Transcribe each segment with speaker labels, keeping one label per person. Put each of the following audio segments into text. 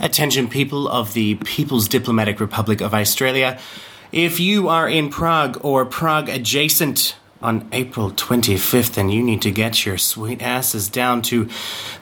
Speaker 1: Attention, people of the People's Diplomatic Republic of Australia. If you are in Prague or Prague adjacent on April 25th and you need to get your sweet asses down to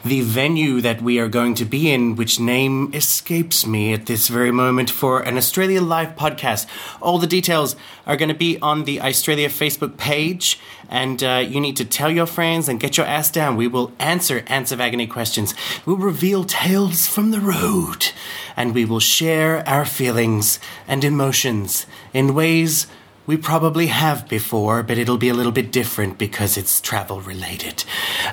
Speaker 1: the venue that we are going to be in, which name escapes me at this very moment, for an Australia Live podcast, all the details are going to be on the Australia Facebook page. And uh, you need to tell your friends and get your ass down. We will answer Ants of Agony questions. We'll reveal tales from the road. And we will share our feelings and emotions in ways we probably have before, but it'll be a little bit different because it's travel related.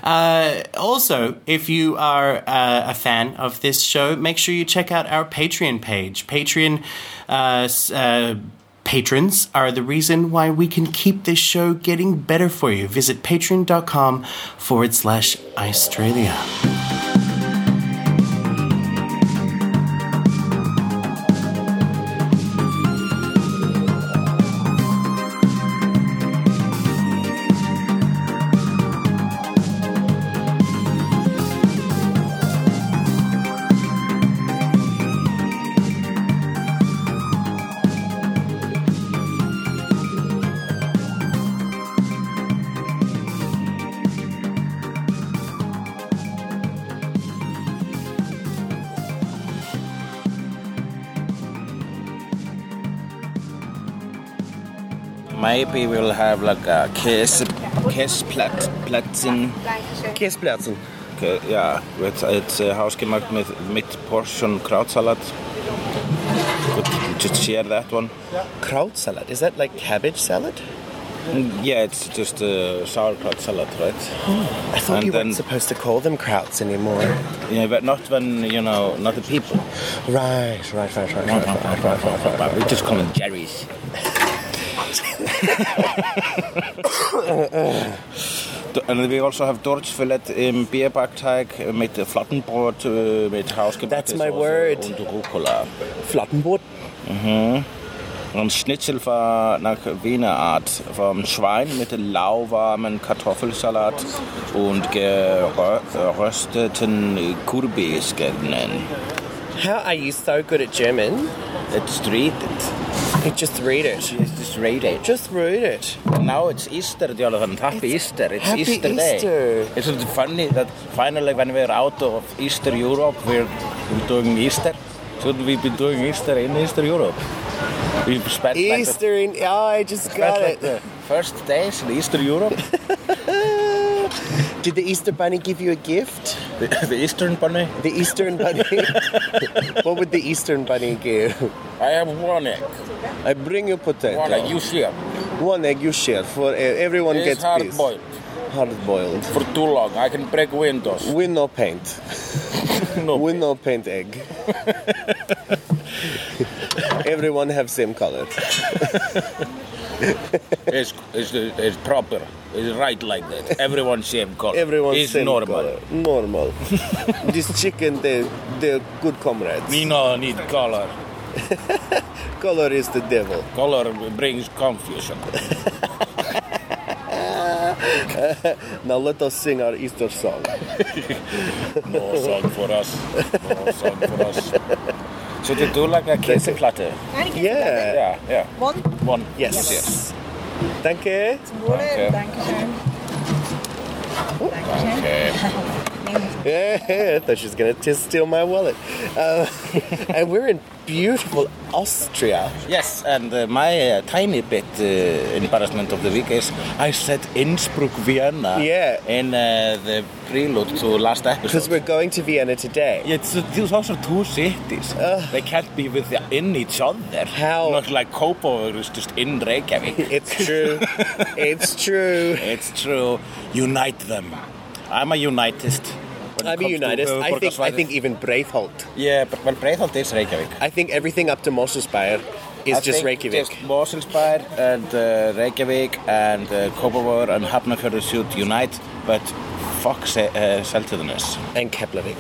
Speaker 1: Uh, also, if you are uh, a fan of this show, make sure you check out our Patreon page. Patreon. Uh, s- uh, Patrons are the reason why we can keep this show getting better for you. Visit patreon.com forward slash Australia.
Speaker 2: Maybe we'll have like a kiss, kiss plat, platzen, Käseplätzl. Okay, yeah, with, it's uh, hausgemacht with mid-portion krautsalat. Good, just share that one.
Speaker 3: Kraut salad. Is that like cabbage salad?
Speaker 2: Mm, Yeah, it's just uh, sauerkraut salad, right?
Speaker 1: Oh.
Speaker 3: I thought
Speaker 2: And
Speaker 3: you
Speaker 2: then-
Speaker 3: weren't supposed to call them krauts anymore.
Speaker 2: Yeah, but not when, you know, not the people.
Speaker 3: Right, right, right, right, right, right, right, right, right, right,
Speaker 2: But we just call them Jerry's. And we also have Dorschfilet im Bierbackteig mit Flattenbrot, äh, mit hausgebackene
Speaker 3: That's my word.
Speaker 2: und Rucola.
Speaker 3: Flottenbrot.
Speaker 2: Und Schnitzel war nach Wiener Art vom Schwein mit lauwarmen Kartoffelsalat und äh, gerösteten Kürbiskernen.
Speaker 3: How are you so good at German?
Speaker 2: It's treated.
Speaker 3: You just read
Speaker 2: It's
Speaker 3: it.
Speaker 2: just read it.
Speaker 3: Just read it.
Speaker 2: Now it's Easter, Jonathan. Happy Easter. It's
Speaker 3: Happy
Speaker 2: Easter Day.
Speaker 3: Easter.
Speaker 2: Isn't it funny that finally when we're out of Easter Europe, we're doing Easter? Should we be doing Easter in Easter Europe? We've spent like the
Speaker 3: Easter in. Oh, I just
Speaker 2: That's
Speaker 3: got
Speaker 2: like
Speaker 3: it.
Speaker 2: the first days in Eastern Europe.
Speaker 3: Did the Easter bunny give you a gift?
Speaker 2: the, the Eastern Bunny.
Speaker 3: The Eastern bunny. what would the Eastern bunny give?
Speaker 2: I have one egg.
Speaker 3: I bring you potato.
Speaker 2: One egg you share.
Speaker 3: One egg you share for e- everyone
Speaker 2: It's
Speaker 3: gets
Speaker 2: hard
Speaker 3: piece.
Speaker 2: boiled
Speaker 3: Hard boiled.
Speaker 2: for too long. I can break windows.
Speaker 3: We no paint.
Speaker 2: No.
Speaker 3: We no paint egg. Everyone have same color.
Speaker 2: It's, it's, it's proper. It's right like that. Everyone same color.
Speaker 3: Everyone
Speaker 2: is
Speaker 3: same
Speaker 2: normal.
Speaker 3: color. Normal. this chicken, they they're good comrades.
Speaker 2: We no need color.
Speaker 3: Color is the devil.
Speaker 2: Color brings confusion.
Speaker 3: Now let us sing our Easter song.
Speaker 2: No song for us. No song for us. Should we do like a Käseplatte?
Speaker 3: Yeah.
Speaker 2: Yeah, yeah.
Speaker 4: One.
Speaker 2: One.
Speaker 3: Yes. Danke.
Speaker 4: Zum Wohle.
Speaker 2: Danke.
Speaker 4: Dankeschön. Dankeschön.
Speaker 2: Okay.
Speaker 3: Yeah, I thought she was gonna just steal my wallet. Uh, and we're in beautiful Austria.
Speaker 2: Yes, and uh, my uh, tiny bit uh, embarrassment of the week is I said Innsbruck, Vienna.
Speaker 3: Yeah.
Speaker 2: In uh, the prelude to last
Speaker 3: Because
Speaker 2: episode.
Speaker 3: we're going to Vienna today.
Speaker 2: It's, these also two cities. They can't be with uh, in each other.
Speaker 3: How-
Speaker 2: Not like Kopo is just in Reykjavik.
Speaker 3: It's true. it's true.
Speaker 2: it's true. Unite them. I'm a unitist. when it
Speaker 3: I'm a
Speaker 2: comes to,
Speaker 3: unitist.
Speaker 2: uh,
Speaker 3: I think I
Speaker 2: Borgarsvæðið.
Speaker 3: think even Braithholt.
Speaker 2: Yeah, but well, Breitholt is Reykjavik.
Speaker 3: I think everything up to Moselsbayer is
Speaker 2: I
Speaker 3: just
Speaker 2: think
Speaker 3: Reykjavik.
Speaker 2: Just Moselsberg and uh, Reykjavik and uh, Kópavogur and Hafnarfjörður should unite, but fuck Se- uh, Seltjarnarnes.
Speaker 3: and Keflavik.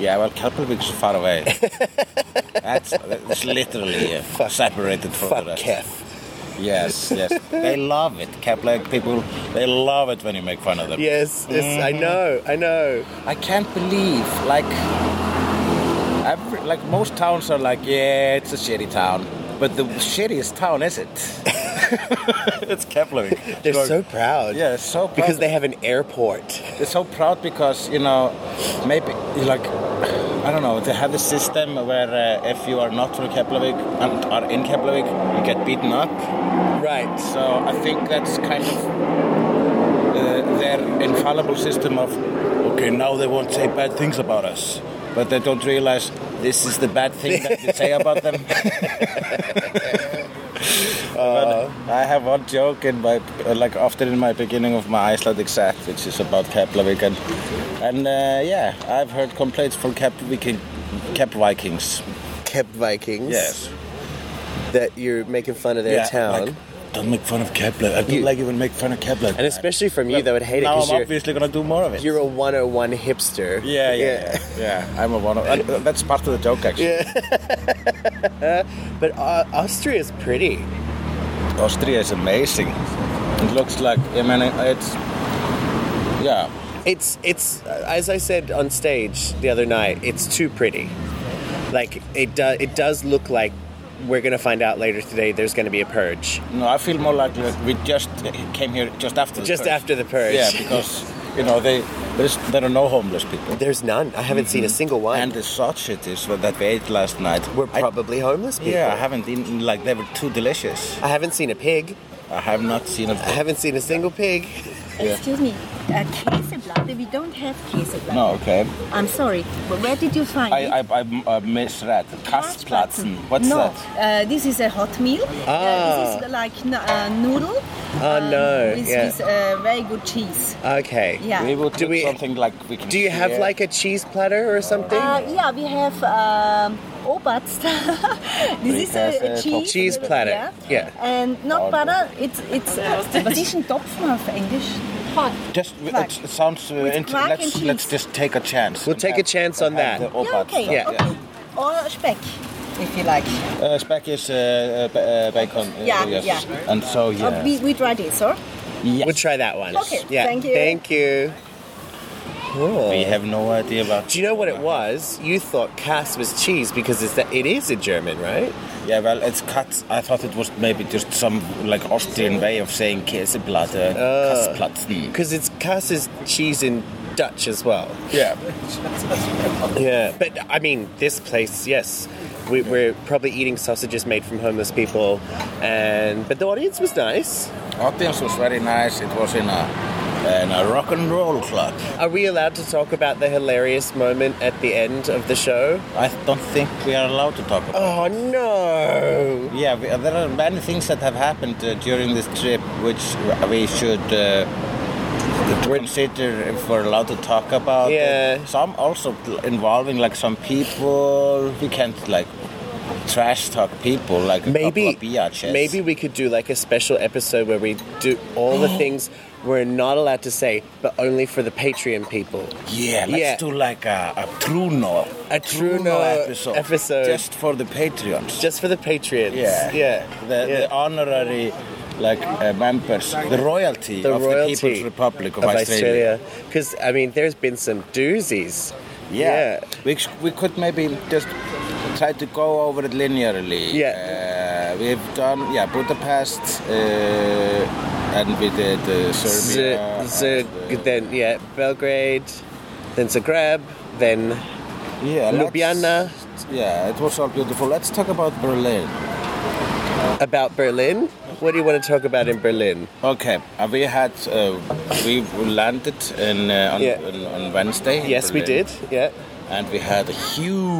Speaker 2: Yeah, well, Keflavík's far away. that's, that's literally uh,
Speaker 3: Fuck-
Speaker 2: separated from
Speaker 3: Fuck
Speaker 2: the rest.
Speaker 3: Kef.
Speaker 2: Yes, yes. they love it. Keflavík people, they love it when you make fun of them. Mm-hmm.
Speaker 3: Yes, yes I know, I know.
Speaker 2: I can't believe, like, every, like most towns are like, yeah, it's a shitty town. But the shittiest town is it? it's Keflavik.
Speaker 3: They're so proud.
Speaker 2: Yeah, they're so proud.
Speaker 3: Because they have an airport.
Speaker 2: they're so proud because you know maybe like I don't know they have a system where uh, if you are not from Keflavik and are in Keflavik you get beaten up
Speaker 3: Right.
Speaker 2: so I think that's kind of uh, their infallible system of okay now they won't say bad things about us but they don't realize this is the bad thing that you say about them Uh, But I have one joke in my uh, like often in my beginning of my Icelandic set, which is about Keflavik, and and uh, yeah, I've heard complaints from Keflavik, Kep Vikings.
Speaker 3: Kept Vikings. That you're making fun of their
Speaker 2: Yeah,
Speaker 3: town.
Speaker 2: like, don't make fun of Kepler. I don't
Speaker 3: You-
Speaker 2: like even make fun of Kepler.
Speaker 3: and especially from you, they would hate it
Speaker 2: now
Speaker 3: because
Speaker 2: I'm
Speaker 3: you're,
Speaker 2: obviously gonna do more of it.
Speaker 3: you're a 101 hipster.
Speaker 2: yeah, yeah, yeah, yeah. I'm a one of. uh, That's part of the joke, actually.
Speaker 3: But uh, Austria is pretty.
Speaker 2: Austria is amazing. It looks like I mean, it's yeah.
Speaker 3: It's it's uh, as I said on stage the other night. It's too pretty. Like it does. It does look like we're gonna find out later today. There's gonna be a purge.
Speaker 2: No, I feel more like we just came here just after. The
Speaker 3: Just
Speaker 2: purge.
Speaker 3: after the purge.
Speaker 2: Yeah, because you know they there's, there are no homeless people.
Speaker 3: There's none. I haven't seen a single one.
Speaker 2: And the sausages that we ate last night.
Speaker 3: we're
Speaker 2: I-
Speaker 3: probably homeless people.
Speaker 2: yeah, I haven't eaten like they were too delicious.
Speaker 3: I haven't seen a pig.
Speaker 2: I have not seen
Speaker 3: I
Speaker 2: a.
Speaker 3: haven't seen a single pig.
Speaker 2: Yeah.
Speaker 4: Excuse me, uh, quesablatte, we don't have quesablatte.
Speaker 2: No, okay.
Speaker 4: I'm sorry, but where did you find
Speaker 2: I
Speaker 4: it?
Speaker 2: I, I uh, misread. Kastplatzen. What's
Speaker 4: no,
Speaker 2: that?
Speaker 4: uh, this is a hot meal. Uh, this is like n- uh, noodle.
Speaker 3: Oh Ah.
Speaker 4: Um,
Speaker 3: no.
Speaker 4: With,
Speaker 3: yeah.
Speaker 4: with uh, very good cheese.
Speaker 3: Okay.
Speaker 4: Yeah.
Speaker 2: We will
Speaker 3: Do
Speaker 2: do
Speaker 3: we-
Speaker 2: something like we can.
Speaker 3: Do you have
Speaker 2: share.
Speaker 3: like a cheese platter or something?
Speaker 4: Uh, yeah, we have um, Obatz. this
Speaker 2: We
Speaker 4: is
Speaker 2: have,
Speaker 4: a,
Speaker 2: uh,
Speaker 4: a cheese.
Speaker 3: Cheese platter, yeah.
Speaker 4: And not
Speaker 2: Oh,
Speaker 4: butter, it's, it's uh, Zwischentopfen auf English.
Speaker 2: Just
Speaker 4: Like-
Speaker 2: it sounds. Uh, int-
Speaker 4: Quark and
Speaker 2: let's
Speaker 4: cheese.
Speaker 2: let's just take a chance.
Speaker 3: We'll
Speaker 2: and
Speaker 3: take a
Speaker 2: have-
Speaker 3: chance
Speaker 2: and
Speaker 3: on
Speaker 2: have
Speaker 3: that.
Speaker 2: the
Speaker 4: Yeah,
Speaker 2: Obat
Speaker 4: okay,
Speaker 2: stuff,
Speaker 4: okay. Or speck, if you like.
Speaker 2: Uh, Speck is uh, uh, ba- uh, bacon. uh,
Speaker 4: Yeah,
Speaker 2: yes.
Speaker 4: yeah.
Speaker 2: And so
Speaker 4: Uh,
Speaker 2: yeah.
Speaker 4: we, we try this, or?
Speaker 2: Yes.
Speaker 3: We'll try that one.
Speaker 4: Okay,
Speaker 3: Yeah.
Speaker 4: thank you.
Speaker 3: Thank you. Cool.
Speaker 2: We have no idea about.
Speaker 3: Do you know what it was? You thought Cass was cheese because it's that it is a German, right?
Speaker 2: Yeah, well, it's cuts. I thought it was maybe just some like Austrian way of saying uh, Käseplatte,
Speaker 3: Uh,
Speaker 2: Kassplatzen.
Speaker 3: Because it's Cass is cheese in Dutch as well.
Speaker 2: Yeah.
Speaker 3: Yeah, but I mean, this place, yes, we, we're probably eating sausages made from homeless people, and but the audience was nice.
Speaker 2: Audience was very nice. It was in a in a rock and roll club.
Speaker 3: Are we allowed to talk about the hilarious moment at the end of the show?
Speaker 2: I don't think we are allowed to talk about.
Speaker 3: Oh no!
Speaker 2: Yeah, we, uh, there are many things that have happened uh, during this trip which we should uh, consider if we're allowed to talk about.
Speaker 3: Yeah.
Speaker 2: Some also involving like some people. We can't like trash talk people like a
Speaker 3: Maybe,
Speaker 2: couple of biatches.
Speaker 3: maybe we could do like a special episode where we do all the things we're not allowed to say, but only for the Patreon people.
Speaker 2: Yeah, let's
Speaker 3: Yeah.
Speaker 2: do like a, a Truno.
Speaker 3: A Truno episode.
Speaker 2: Just for the Patreons.
Speaker 3: Just for the Patreons.
Speaker 2: yeah.
Speaker 3: yeah,
Speaker 2: The,
Speaker 3: yeah.
Speaker 2: the honorary like uh, members, the royalty
Speaker 3: The
Speaker 2: of
Speaker 3: royalty
Speaker 2: the People's Republic of,
Speaker 3: of Australia. Because I mean, there's been some doozies.
Speaker 2: Yeah. We, sh- we could maybe just try to go over it linearly.
Speaker 3: Yeah.
Speaker 2: Uh, we've done, yeah, Budapest, uh, and we did uh, Serbia.
Speaker 3: Z- Z-
Speaker 2: and, uh,
Speaker 3: then yeah, Belgrade, then Zagreb, then
Speaker 2: yeah, let's-
Speaker 3: Ljubljana.
Speaker 2: Yeah, it was all beautiful. Let's talk about Berlin.
Speaker 3: About Berlin, what do you want to talk about in Berlin?
Speaker 2: Okay, uh, we had uh, we landed in, uh, on,
Speaker 3: Yeah.
Speaker 2: on, on Wednesday. in
Speaker 3: Yes, we
Speaker 2: Berlin,
Speaker 3: did. Yeah,
Speaker 2: and we had a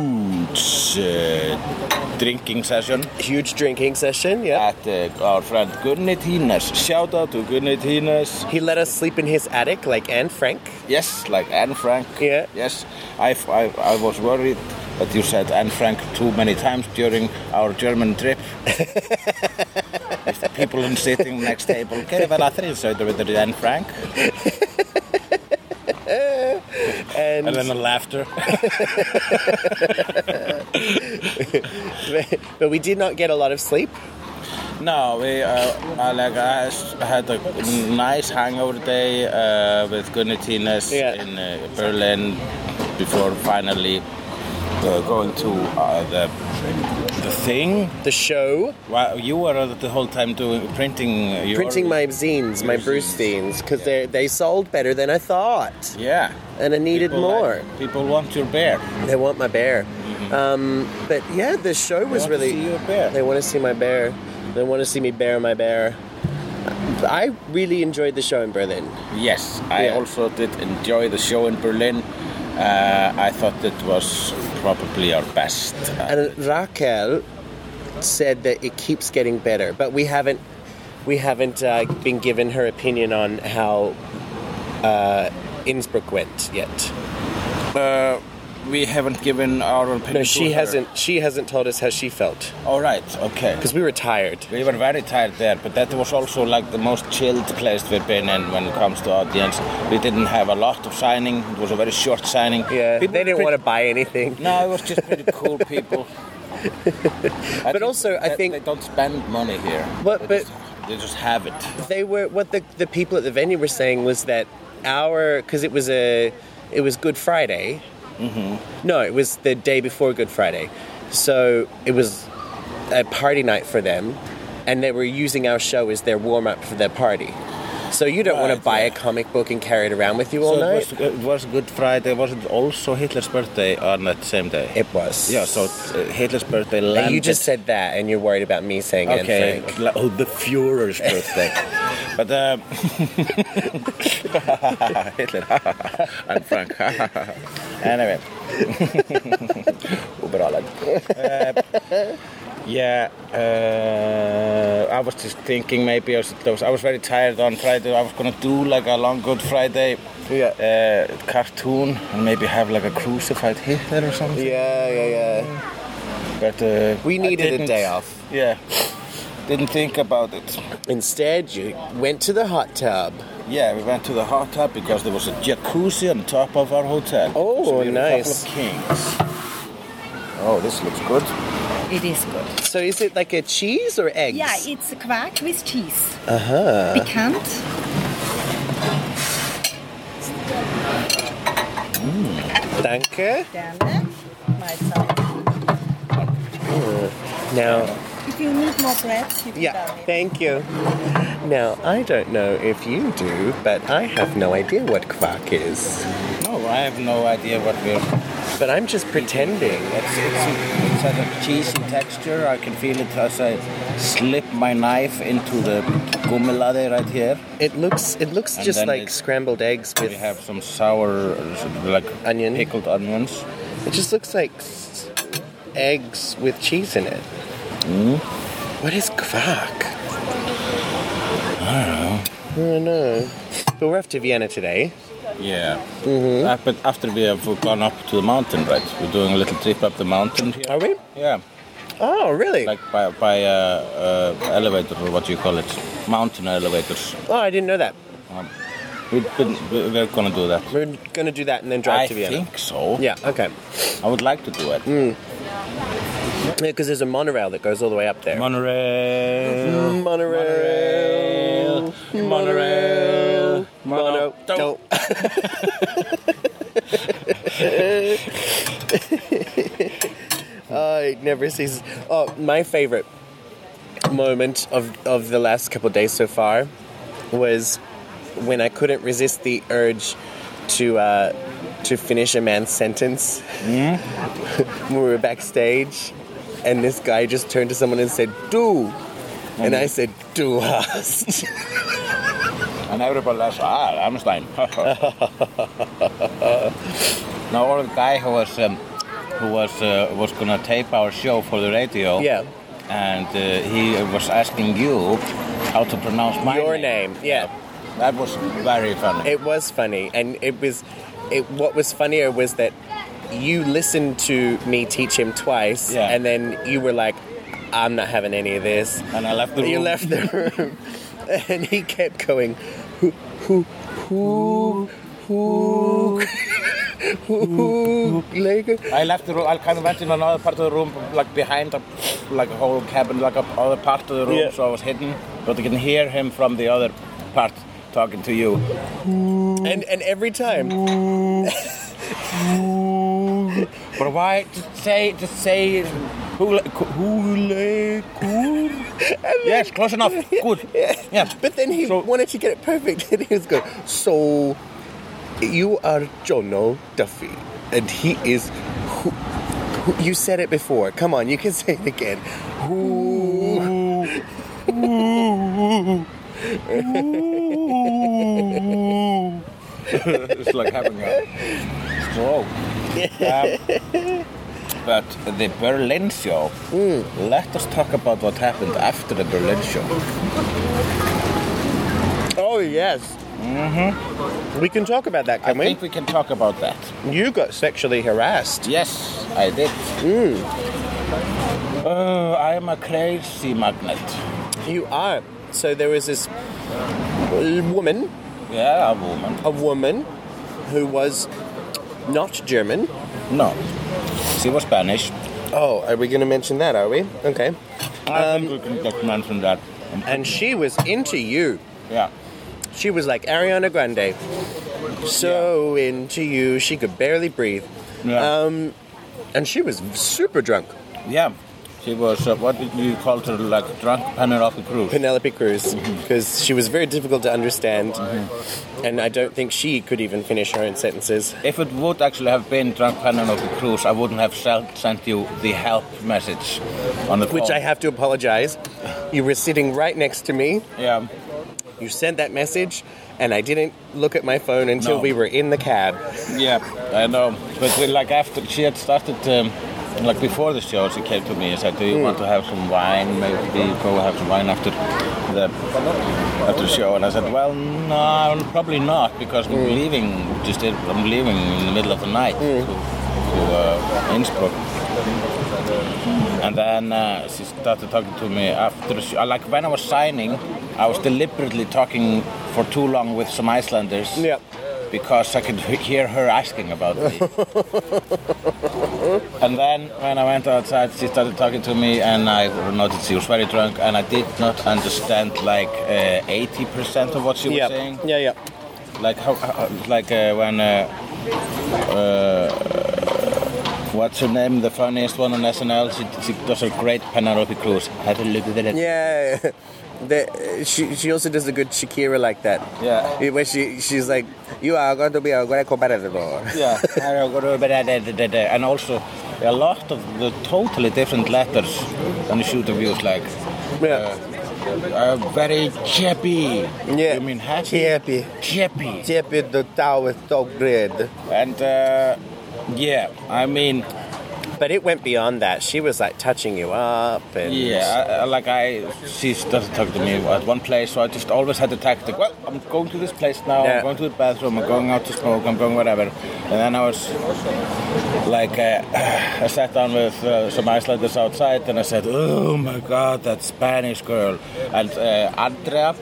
Speaker 2: huge uh, drinking session
Speaker 3: huge drinking session. Yeah,
Speaker 2: at uh, our friend Gunni Tines. Shout out to Gunni Tines.
Speaker 3: he let us sleep in his attic, like Anne Frank.
Speaker 2: Yes, like Anne Frank.
Speaker 3: Yeah.
Speaker 2: Yes, I, I, I was worried that you said Anne Frank too many times during our German trip. With the people sitting next table. Gerðu vel að þrísauta við þér, Anne Frank.
Speaker 3: And
Speaker 2: And then the laughter.
Speaker 3: but we did not get a lot of sleep.
Speaker 2: No, we uh, I, like I s- had a nice hangover day uh, with Gunnar Tines
Speaker 3: Yeah.
Speaker 2: in uh, Berlin before finally uh, going to uh, the the thing.
Speaker 3: The show,
Speaker 2: Well, you were the whole time doing printing. uh, Your,
Speaker 3: printing my zines, my Bruce zines, because they they sold better than I thought,
Speaker 2: Yeah.
Speaker 3: and I needed
Speaker 2: People
Speaker 3: more.
Speaker 2: like- people want your bear.
Speaker 3: They want my bear. Um, but yeah, the show was
Speaker 2: want to
Speaker 3: really.
Speaker 2: see your bear.
Speaker 3: They want to see my bear. They want to see me bear my bear. I really enjoyed the show in Berlin.
Speaker 2: Yes, I
Speaker 3: Yeah.
Speaker 2: also did enjoy the show in Berlin. Uh, I thought it was probably our best. Uh,
Speaker 3: And Raquel said that it keeps getting better, but we haven't we haven't uh, been given her opinion on how uh, Innsbruck went yet.
Speaker 2: we haven't given our opinion.
Speaker 3: No,
Speaker 2: to
Speaker 3: she
Speaker 2: her.
Speaker 3: hasn't. She hasn't told us how she felt
Speaker 2: All right, okay.
Speaker 3: because we were tired.
Speaker 2: We were very tired there, but that was also like the most chilled place we've been in when it comes to audience. We didn't have a lot of signing. It was a very short signing.
Speaker 3: Yeah,
Speaker 2: People
Speaker 3: they didn't
Speaker 2: were
Speaker 3: want to buy anything.
Speaker 2: pretty- No, it was just pretty cool people. I think
Speaker 3: also, I
Speaker 2: that
Speaker 3: think-
Speaker 2: they don't spend money here.
Speaker 3: But-
Speaker 2: they
Speaker 3: but-
Speaker 2: just, they just have it.
Speaker 3: they were what the, the people at the venue were saying was that our because it was a it was good friday mm-hmm. no it was the day before good friday so it was a party night for them and they were using our show as their warm-up for their party so you don't want to
Speaker 2: Right,
Speaker 3: buy a
Speaker 2: yeah.
Speaker 3: comic book and carry it around with you all
Speaker 2: so
Speaker 3: night
Speaker 2: it was, it was Good Friday. Was it also Hitler's birthday on that same day?
Speaker 3: It was.
Speaker 2: Yeah. So uh, Hitler's birthday.
Speaker 3: But
Speaker 2: Landed.
Speaker 3: you just said that and you're worried about me saying
Speaker 2: Okay.
Speaker 3: it Frank.
Speaker 2: la- Oh, the Führer's birthday. but um, Hitler. I'm Frank. anyway. Uber Alan. Uh, yeah, uh, I was just thinking maybe I was, I was I was very tired on Friday. I was gonna do like a long Good Friday uh, cartoon and maybe have like a crucified Hitler or something.
Speaker 3: yeah yeah yeah
Speaker 2: But uh,
Speaker 3: We
Speaker 2: I
Speaker 3: needed a
Speaker 2: didn't-
Speaker 3: day off.
Speaker 2: Yeah, didn't think about it.
Speaker 3: instead you went to the hot tub
Speaker 2: Yeah, we went to the hot tub because there was a jacuzzi on top of our hotel.
Speaker 3: Oh,
Speaker 2: So we had a couple
Speaker 3: nice.
Speaker 2: of kings. Oh, this looks good.
Speaker 4: It is good.
Speaker 3: so is it like a cheese or eggs
Speaker 4: Yeah, it's quark with cheese. Uh huh. Bekannt.
Speaker 3: danke
Speaker 4: Gerne. Mahlzeit.
Speaker 3: now
Speaker 4: If you need more bread, you can
Speaker 3: Yeah,
Speaker 4: tell me.
Speaker 3: thank you. Now, I don't know if you do, but I have no idea what quark is.
Speaker 2: No, I have no idea what we're.
Speaker 3: But I'm just pretending.
Speaker 2: It's, it's, it's had a cheesy texture. I can feel it as I slip my knife into the gummelade right here.
Speaker 3: It looks it looks
Speaker 2: And
Speaker 3: just
Speaker 2: then
Speaker 3: like
Speaker 2: it's-
Speaker 3: scrambled eggs with
Speaker 2: We have some sour, uh, sort of like
Speaker 3: Onion.
Speaker 2: pickled onions.
Speaker 3: It just looks like s- eggs with cheese in it.
Speaker 2: Hmm?
Speaker 3: What is quark? I don't know. But we're off to Vienna today.
Speaker 2: Yeah. Mm-hmm. but after we have gone up to the mountain, right? We're doing a little trip up the mountain here.
Speaker 3: Are we?
Speaker 2: Yeah.
Speaker 3: Oh, really?
Speaker 2: Like by, by uh, uh, elevator or what do you call it? Mountain elevators.
Speaker 3: oh, I didn't know that.
Speaker 2: We've been, we- we're gonna do that.
Speaker 3: We're gonna do that and then drive
Speaker 2: I
Speaker 3: to Vienna.
Speaker 2: think so.
Speaker 3: Yeah. Mm. Okay.
Speaker 2: I would like to do it.
Speaker 3: Yeah, because there's a monorail that goes all the way up there.
Speaker 2: Monorail.
Speaker 3: Monorail. Monorail. Mm. Mono. Don't. oh, it never ceases. Oh, my favorite moment of, of the last couple days so far was when I couldn't resist the urge to uh, to finish a man's sentence. when we were backstage, and this guy just turned to someone and said, "Do." And I said, "Du hast."
Speaker 2: And everybody laughs, ah, Einstein. now, or the guy who was um, who was uh, was gonna tape our show for the radio.
Speaker 3: Yeah.
Speaker 2: And uh, he was asking you how to pronounce my
Speaker 3: Your
Speaker 2: name.
Speaker 3: name, yeah.
Speaker 2: That was very funny.
Speaker 3: It was funny, and it was, it. What was funnier was that you listened to me teach him twice,
Speaker 2: Yeah.
Speaker 3: and then you were like, "I'm not having any of this."
Speaker 2: and I left the room.
Speaker 3: You left the room, and he kept going, "Who, who, who, who, who, Lego?"
Speaker 2: I left the room. I kind of went in another part of the room, like behind, a, like a whole cabin, like a other part of the room.
Speaker 3: Yeah.
Speaker 2: So I was hidden, but I can hear him from the other part talking to you.
Speaker 3: and and every time
Speaker 2: But why? Just say, just say, hula, hula, cool. Yes, close enough. Good. Yeah.
Speaker 3: But then he
Speaker 2: So-
Speaker 3: wanted to get it perfect, and he was going, "So, you are Jono Duffy, and he is who, who? You said it before. Come on, you can say it again. Who?
Speaker 2: it's like having a stroke. Um, but the Berlin show.
Speaker 3: Hmm.
Speaker 2: Let us talk about what happened after the Berlin show.
Speaker 3: Oh yes. Mm-hmm. We can talk about that,
Speaker 2: I
Speaker 3: can we?
Speaker 2: think we can talk about that.
Speaker 3: You got sexually harassed.
Speaker 2: Yes, I did.
Speaker 3: Mm,
Speaker 2: Oh, I am a crazy magnet.
Speaker 3: You are. So there was this woman,
Speaker 2: Yeah, a woman.
Speaker 3: a woman, who was not German.
Speaker 2: No, she was Spanish.
Speaker 3: Oh, are we going to mention that? Are we? Okay.
Speaker 2: I
Speaker 3: Um,
Speaker 2: think we can just mention that.
Speaker 3: And she was into you.
Speaker 2: Yeah.
Speaker 3: She was like Ariana Grande. So into you, she could barely breathe.
Speaker 2: Yeah.
Speaker 3: Um, and she was super drunk.
Speaker 2: yeah. She was, uh, what did you call her, like drunk Penelope Cruz?
Speaker 3: Penelope Cruz,
Speaker 2: Mm-hmm.
Speaker 3: because she was very difficult to understand, and I don't think she could even finish her own sentences.
Speaker 2: if it would actually have been drunk Penelope Cruz, I wouldn't have sel- sent you the help message on the phone.
Speaker 3: Which I have to apologize. You were sitting right next to me.
Speaker 2: Yeah.
Speaker 3: You sent that message, and I didn't look at my phone until
Speaker 2: No.
Speaker 3: we were in the cab.
Speaker 2: Yeah, I know. But we, like after she had started, um, like before the show, she came to me and said, "Do you
Speaker 3: Hmm.
Speaker 2: want to have some wine? Maybe go have some wine after the after the show." And I said, "Well, no, probably not because I'm leaving. Just I'm leaving in the middle of the night to, to uh, Innsbruck." And then uh, she started talking to me after the show. Like when I was signing, I was deliberately talking for too long with some Icelanders
Speaker 3: Yep.
Speaker 2: because I could he- hear her asking about me. and then when I went outside, she started talking to me, and I noticed she was very drunk, and I did not understand like uh, eighty percent of what she was
Speaker 3: Yeah,
Speaker 2: saying.
Speaker 3: yeah, yeah.
Speaker 2: Like how, how like uh, when. Uh, uh, What's her name? The funniest one on SNL. She, she does a great Penelope Cruz. Have a look at it.
Speaker 3: Yeah. The, she, she also does a good Shakira like that.
Speaker 2: Yeah.
Speaker 3: Where she, she's like, You are going to be a great competitor.
Speaker 2: Yeah, I don't go to- but I- da- da- da- da. and also a lot of the totally different letters on the shoot of views, like
Speaker 3: Yeah.
Speaker 2: uh, very chippy.
Speaker 3: Yeah.
Speaker 2: You mean happy?
Speaker 3: Chippy.
Speaker 2: Chippy.
Speaker 3: Tip it the towel with dog bread.
Speaker 2: And uh, yeah, I mean,
Speaker 3: But it went beyond that. She was like touching you up and
Speaker 2: yeah, I, I- like I, she doesn't talk to me at one place, so I just always had the tactic. Well, I'm going to this place now.
Speaker 3: Yeah.
Speaker 2: I'm going to the bathroom. I'm going out to smoke. I'm going whatever. And then I was like, uh, I sat down with uh, some Icelanders outside, and I said, "Oh my God, that Spanish girl!" And uh, Andrea,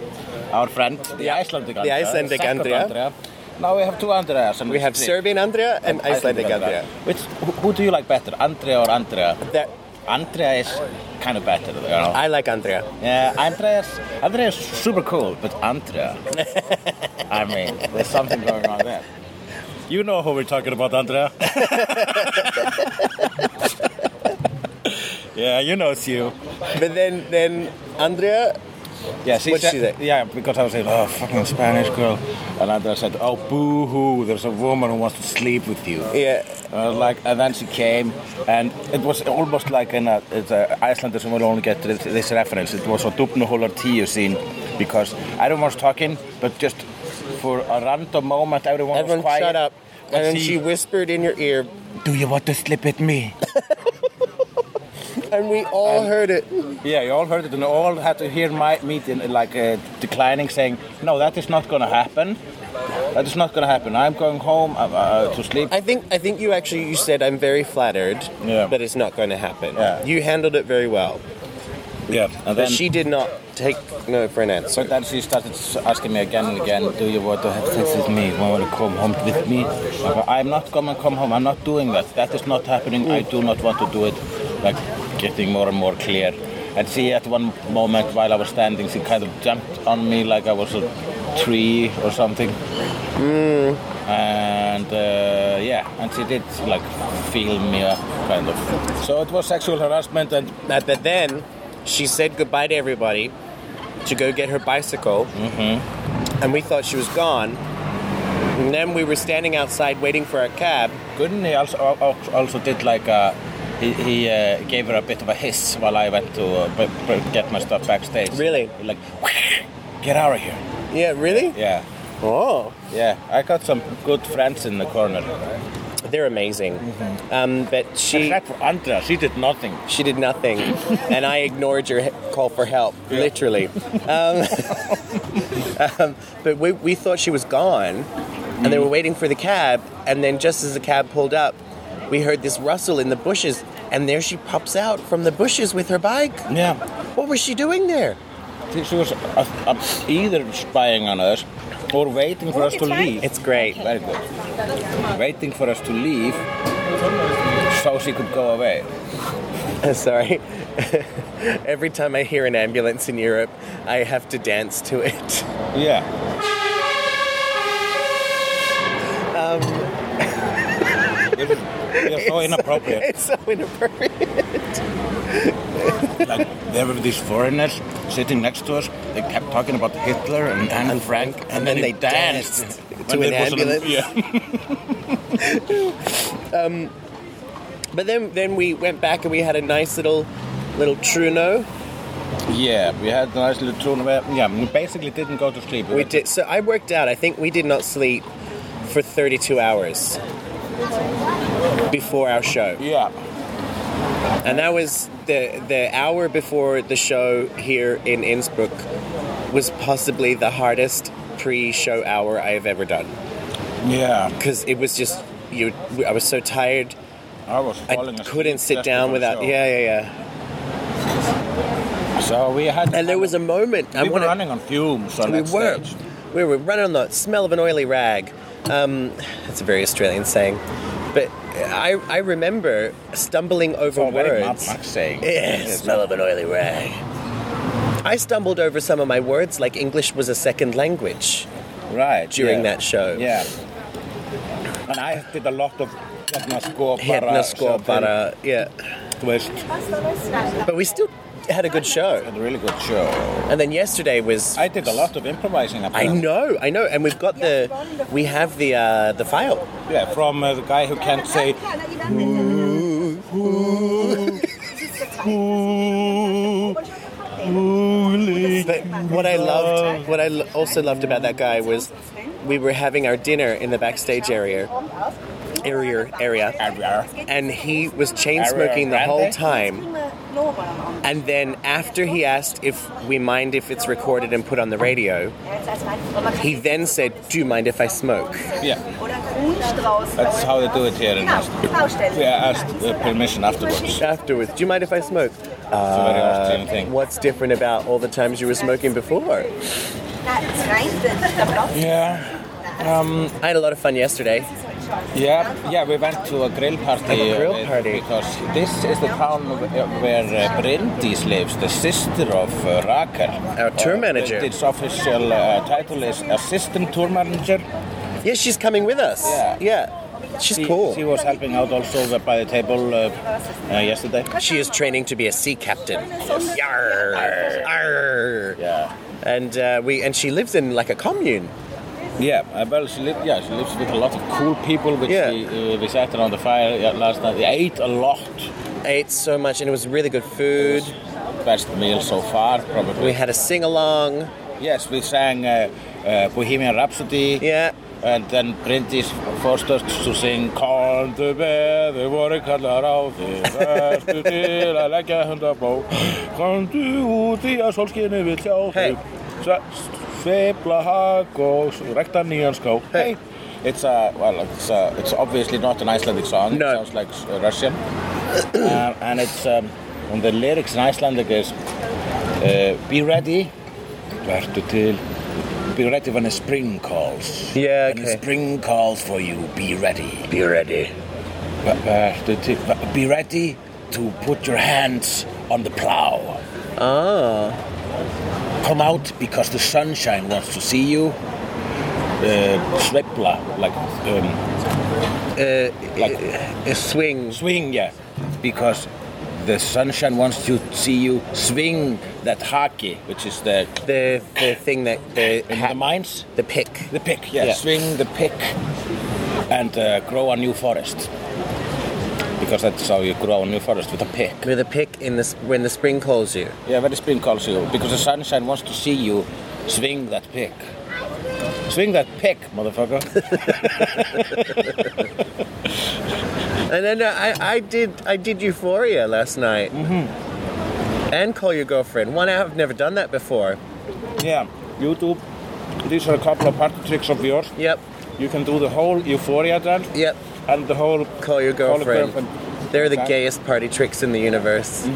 Speaker 2: our friend, the Icelandic, Andrea,
Speaker 3: Icelandic
Speaker 2: second
Speaker 3: Andrea.
Speaker 2: Now we have two Andreas, and
Speaker 3: we have Serbian Andrea and Icelandic Andrea.
Speaker 2: Which who, who do you like better, Andrea or Andrea?
Speaker 3: That,
Speaker 2: Andrea is kind of better, you know.
Speaker 3: I like Andrea.
Speaker 2: Yeah, Andreas, Andreas is super cool, but Andrea, I mean, there's something going on there. You know who we're talking about, Andrea. yeah, you know it's you.
Speaker 3: But then then Andrea
Speaker 2: Yeah, she
Speaker 3: What'd
Speaker 2: said,
Speaker 3: she say?
Speaker 2: yeah, because I was saying, oh, fucking Spanish girl. And Andrea said, oh, boo hoo, there's a woman who wants to sleep with you.
Speaker 3: yeah
Speaker 2: Uh, like, and then she came, and it was almost like an uh, it's, uh, Icelanders will only get this, this reference. It was a Dubnuhular Tíu scene because everyone was talking, but just for a random moment, everyone,
Speaker 3: everyone
Speaker 2: was quiet.
Speaker 3: shut up.
Speaker 2: And
Speaker 3: And then
Speaker 2: she-
Speaker 3: she whispered in your ear
Speaker 2: Do you want to sleep with me?
Speaker 3: and we all heard it.
Speaker 2: yeah, you all heard it, and all had to hear my meeting like uh, declining, saying, "No, that is not going to happen. That is not going to happen. I'm going home uh, uh, to sleep."
Speaker 3: I think I think you actually you said I'm very flattered,
Speaker 2: Yeah.
Speaker 3: but it's not going to happen.
Speaker 2: Yeah.
Speaker 3: You handled it very well,
Speaker 2: yeah, and
Speaker 3: but
Speaker 2: then
Speaker 3: she did not take no for an answer.
Speaker 2: But then she started asking me again and again, do you want to have sex with me? Want to come home with me? I go, I'm not going to come home. I'm not doing that. That is not happening. I do not want to do it. Like getting more and more clear. And she, at one moment while I was standing, she kind of jumped on me like I was a tree or something. And uh, yeah, and she did like film me up, kind of. So it was sexual harassment, and
Speaker 3: Now, but then she said goodbye to everybody to go get her bicycle, mm-hmm. and we thought she was gone. And then we were standing outside waiting for our cab.
Speaker 2: Gunni also, al- al- also did like a. He, he uh, gave her a bit of a hiss while I went to uh, b- b- get my stuff backstage.
Speaker 3: Really?
Speaker 2: Like, get out of here.
Speaker 3: Yeah, really?
Speaker 2: Yeah.
Speaker 3: Oh,
Speaker 2: Yeah, I got some good friends in the corner.
Speaker 3: they're amazing. Um, but she
Speaker 2: Except for Andrea, she did nothing.
Speaker 3: she did nothing, and I ignored your he- call for help, literally. Um, um, but we, we thought she was gone, and they were
Speaker 2: Mm.
Speaker 3: waiting for the cab, and then just as the cab pulled up, we heard this rustle in the bushes, and there she pops out from the bushes with her bike.
Speaker 2: Yeah.
Speaker 3: What was she doing there?
Speaker 2: She she was uh, uh, either spying on us or waiting for us to leave.
Speaker 3: It's great.
Speaker 2: Very good. Waiting for us to leave so she could go away.
Speaker 3: Sorry. Every time I hear an ambulance in Europe, I have to dance to it.
Speaker 2: Yeah. Um. They're so inappropriate.
Speaker 3: It's so inappropriate.
Speaker 2: Like there were these foreigners sitting next to us. They kept talking about Hitler and Anne Frank, and, then, they danced,
Speaker 3: danced
Speaker 2: When
Speaker 3: to an
Speaker 2: there was
Speaker 3: ambulance.
Speaker 2: yeah.
Speaker 3: But then, then we went back and we had a nice little, little truno.
Speaker 2: Yeah, we had a nice little tune. Where, yeah, we basically didn't go to sleep.
Speaker 3: We did. So I worked out. I think we did not sleep for 32 hours before our show,
Speaker 2: Yeah,
Speaker 3: and that was the the hour before the show here in Innsbruck was possibly the hardest pre-show hour I have ever done
Speaker 2: yeah.
Speaker 3: because it was just you. I was so tired.
Speaker 2: I was
Speaker 3: I
Speaker 2: falling asleep
Speaker 3: couldn't sit
Speaker 2: just
Speaker 3: down
Speaker 2: before the
Speaker 3: without.
Speaker 2: show.
Speaker 3: Yeah, yeah, yeah.
Speaker 2: So we had.
Speaker 3: And there was a moment.
Speaker 2: We were running on fumes. On
Speaker 3: We
Speaker 2: that
Speaker 3: were.
Speaker 2: stage.
Speaker 3: We were running on the smell of an oily rag. Um, that's a very Australian saying. But I, I remember stumbling over
Speaker 2: So very
Speaker 3: words.
Speaker 2: Max saying.
Speaker 3: Yeah, smell of an oily rag. I stumbled over some of my words like English was a second language
Speaker 2: Right.
Speaker 3: during
Speaker 2: yeah.
Speaker 3: that show.
Speaker 2: Yeah. And I did a lot of hérna sko bara.
Speaker 3: Hérna sko bara, yeah.
Speaker 2: Þú veist,
Speaker 3: But we still had a good show.
Speaker 2: had a really good show.
Speaker 3: And then yesterday was
Speaker 2: I did a lot of improvising.
Speaker 3: I
Speaker 2: apparently.
Speaker 3: know, I know, and we've got the we have the uh, the file.
Speaker 2: Yeah, from uh, the guy who can't say
Speaker 3: But what I
Speaker 2: Oh.
Speaker 3: loved, what I l- also loved about that guy was we were having our dinner in the backstage area, area, area,
Speaker 2: area.
Speaker 3: and he was chain smoking the whole time. And then after he asked if we mind if it's recorded and put on the radio, he then said, "Do you mind if I smoke?"
Speaker 2: Yeah.
Speaker 5: That's
Speaker 2: That's how they do it here in Austin. We asked uh, permission afterwards.
Speaker 3: Afterwards, do you mind if I smoke?
Speaker 2: It's a very
Speaker 3: Uh,
Speaker 2: Austrian thing.
Speaker 3: What's different about all the times you were smoking before?
Speaker 2: Yeah,
Speaker 3: I had a lot of fun yesterday.
Speaker 2: yeah, yeah. We went to a grill party.
Speaker 3: A grill
Speaker 2: uh,
Speaker 3: party.
Speaker 2: because this is the town wh- uh, where uh, Bryndís lives, the sister of uh, Rakel.
Speaker 3: Our tour
Speaker 2: Uh,
Speaker 3: manager.
Speaker 2: Its official uh, title is assistant tour manager.
Speaker 3: Yeah, she's coming with us.
Speaker 2: Yeah.
Speaker 3: Yeah. She's
Speaker 2: She,
Speaker 3: cool.
Speaker 2: She was helping out also the- by the table uh, uh, yesterday.
Speaker 3: She is training to be a sea captain. Yarr. Arr.
Speaker 2: Yeah,
Speaker 3: And uh, we and she lives in like a commune.
Speaker 2: yeah. Uh, well, she lives. Yeah, she lives with a lot of cool people. Which
Speaker 3: Yeah.
Speaker 2: we, uh, we sat around the fire yeah, last night. We ate a lot.
Speaker 3: Ate so much and it was really good food.
Speaker 2: Best meal so far, probably.
Speaker 3: We had a sing along.
Speaker 2: Yes, we sang uh, uh, Bohemian Rhapsody.
Speaker 3: Yeah.
Speaker 2: And then Bryndís forced us to sing Komdu með, þau voru kallar á þig Vertu til að leggja hundabló Komdu út í að sólskinu við tjá
Speaker 3: Hey.
Speaker 2: þig Sve- Sveifla hag og rekta nýjan ská
Speaker 3: Hey.
Speaker 2: It's a, well, it's a, it's obviously not an Icelandic song
Speaker 3: No.
Speaker 2: It sounds like uh, Russian uh, And it's, um, and the lyrics in Icelandic is uh, Be ready Vertu til Be ready when the spring calls.
Speaker 3: Yeah,
Speaker 2: When
Speaker 3: okay.
Speaker 2: the spring calls for you, be ready.
Speaker 3: Be ready.
Speaker 2: Vertu til Be ready to put your hands on the plow. Ah. Come out because the sunshine wants to see you. Uh, svepla, like um,
Speaker 3: Uh,
Speaker 2: Like-
Speaker 3: uh, swing.
Speaker 2: swing, yeah. Because the sunshine wants to see you swing that haki, which is the
Speaker 3: The the thing that the
Speaker 2: in
Speaker 3: ha-
Speaker 2: the mines.
Speaker 3: the pick.
Speaker 2: The pick, yeah.
Speaker 3: Yeah.
Speaker 2: Swing the pick and uh, grow a new forest. Because that's how you grow a new forest with a pick.
Speaker 3: With a pick in the s- when the spring calls you.
Speaker 2: Yeah, very spring calls you. Because the sunshine wants to see you swing that pick. Swing that pick, motherfucker.
Speaker 3: And then uh, I, I did I did Euphoria last night. Mm-hmm. And call your girlfriend. One I've never done that before.
Speaker 2: yeah, YouTube. These are a couple of party tricks of yours.
Speaker 3: Yep.
Speaker 2: You can do the whole euphoria dance
Speaker 3: Yep.
Speaker 2: and the whole
Speaker 3: Call your
Speaker 2: Call your
Speaker 3: girlfriend.
Speaker 2: girlfriend. Mm-hmm.
Speaker 3: They're the
Speaker 2: Okay.
Speaker 3: gayest party tricks in the universe.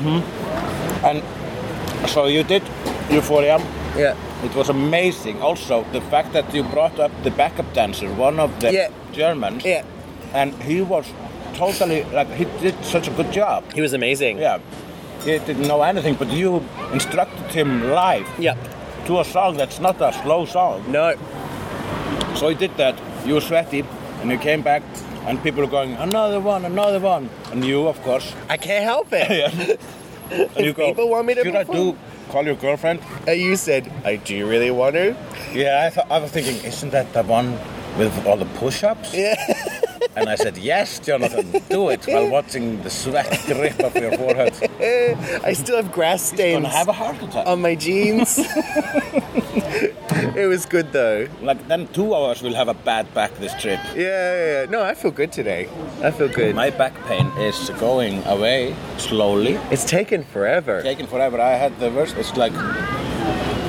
Speaker 2: and so you did euphoria.
Speaker 3: Yeah.
Speaker 2: It was amazing. Also, the fact that you brought up the backup dancer, one of the
Speaker 3: Yeah.
Speaker 2: Germans,
Speaker 3: Yeah.
Speaker 2: and he was totally like he did such a good job.
Speaker 3: He was amazing.
Speaker 2: Yeah, he didn't know anything, but you instructed him live
Speaker 3: Yep.
Speaker 2: to a song that's not a slow song.
Speaker 3: No.
Speaker 2: So he did that. You were sweaty, and you came back, and people were going another one, another one, and you, of course,
Speaker 3: I can't help it.
Speaker 2: and you go.
Speaker 3: people want me to
Speaker 2: Should I do?
Speaker 3: perform."
Speaker 2: Call your girlfriend.
Speaker 3: And you said, I do you really want to?
Speaker 2: Yeah, I, th- I was thinking, isn't that the one with all the push-ups? Yeah. and I said, yes, Jonathan, do it while watching the sweat drip off your forehead.
Speaker 3: I still have grass
Speaker 2: Gonna
Speaker 3: stains
Speaker 2: have a heart attack.
Speaker 3: on my jeans. it was good though.
Speaker 2: like then two hours we'll have a bad back this trip.
Speaker 3: Yeah, yeah, yeah. No, I feel good today. I feel good.
Speaker 2: My back pain is going away slowly,
Speaker 3: it's taken forever.
Speaker 2: taking forever. I had the worst. It's like,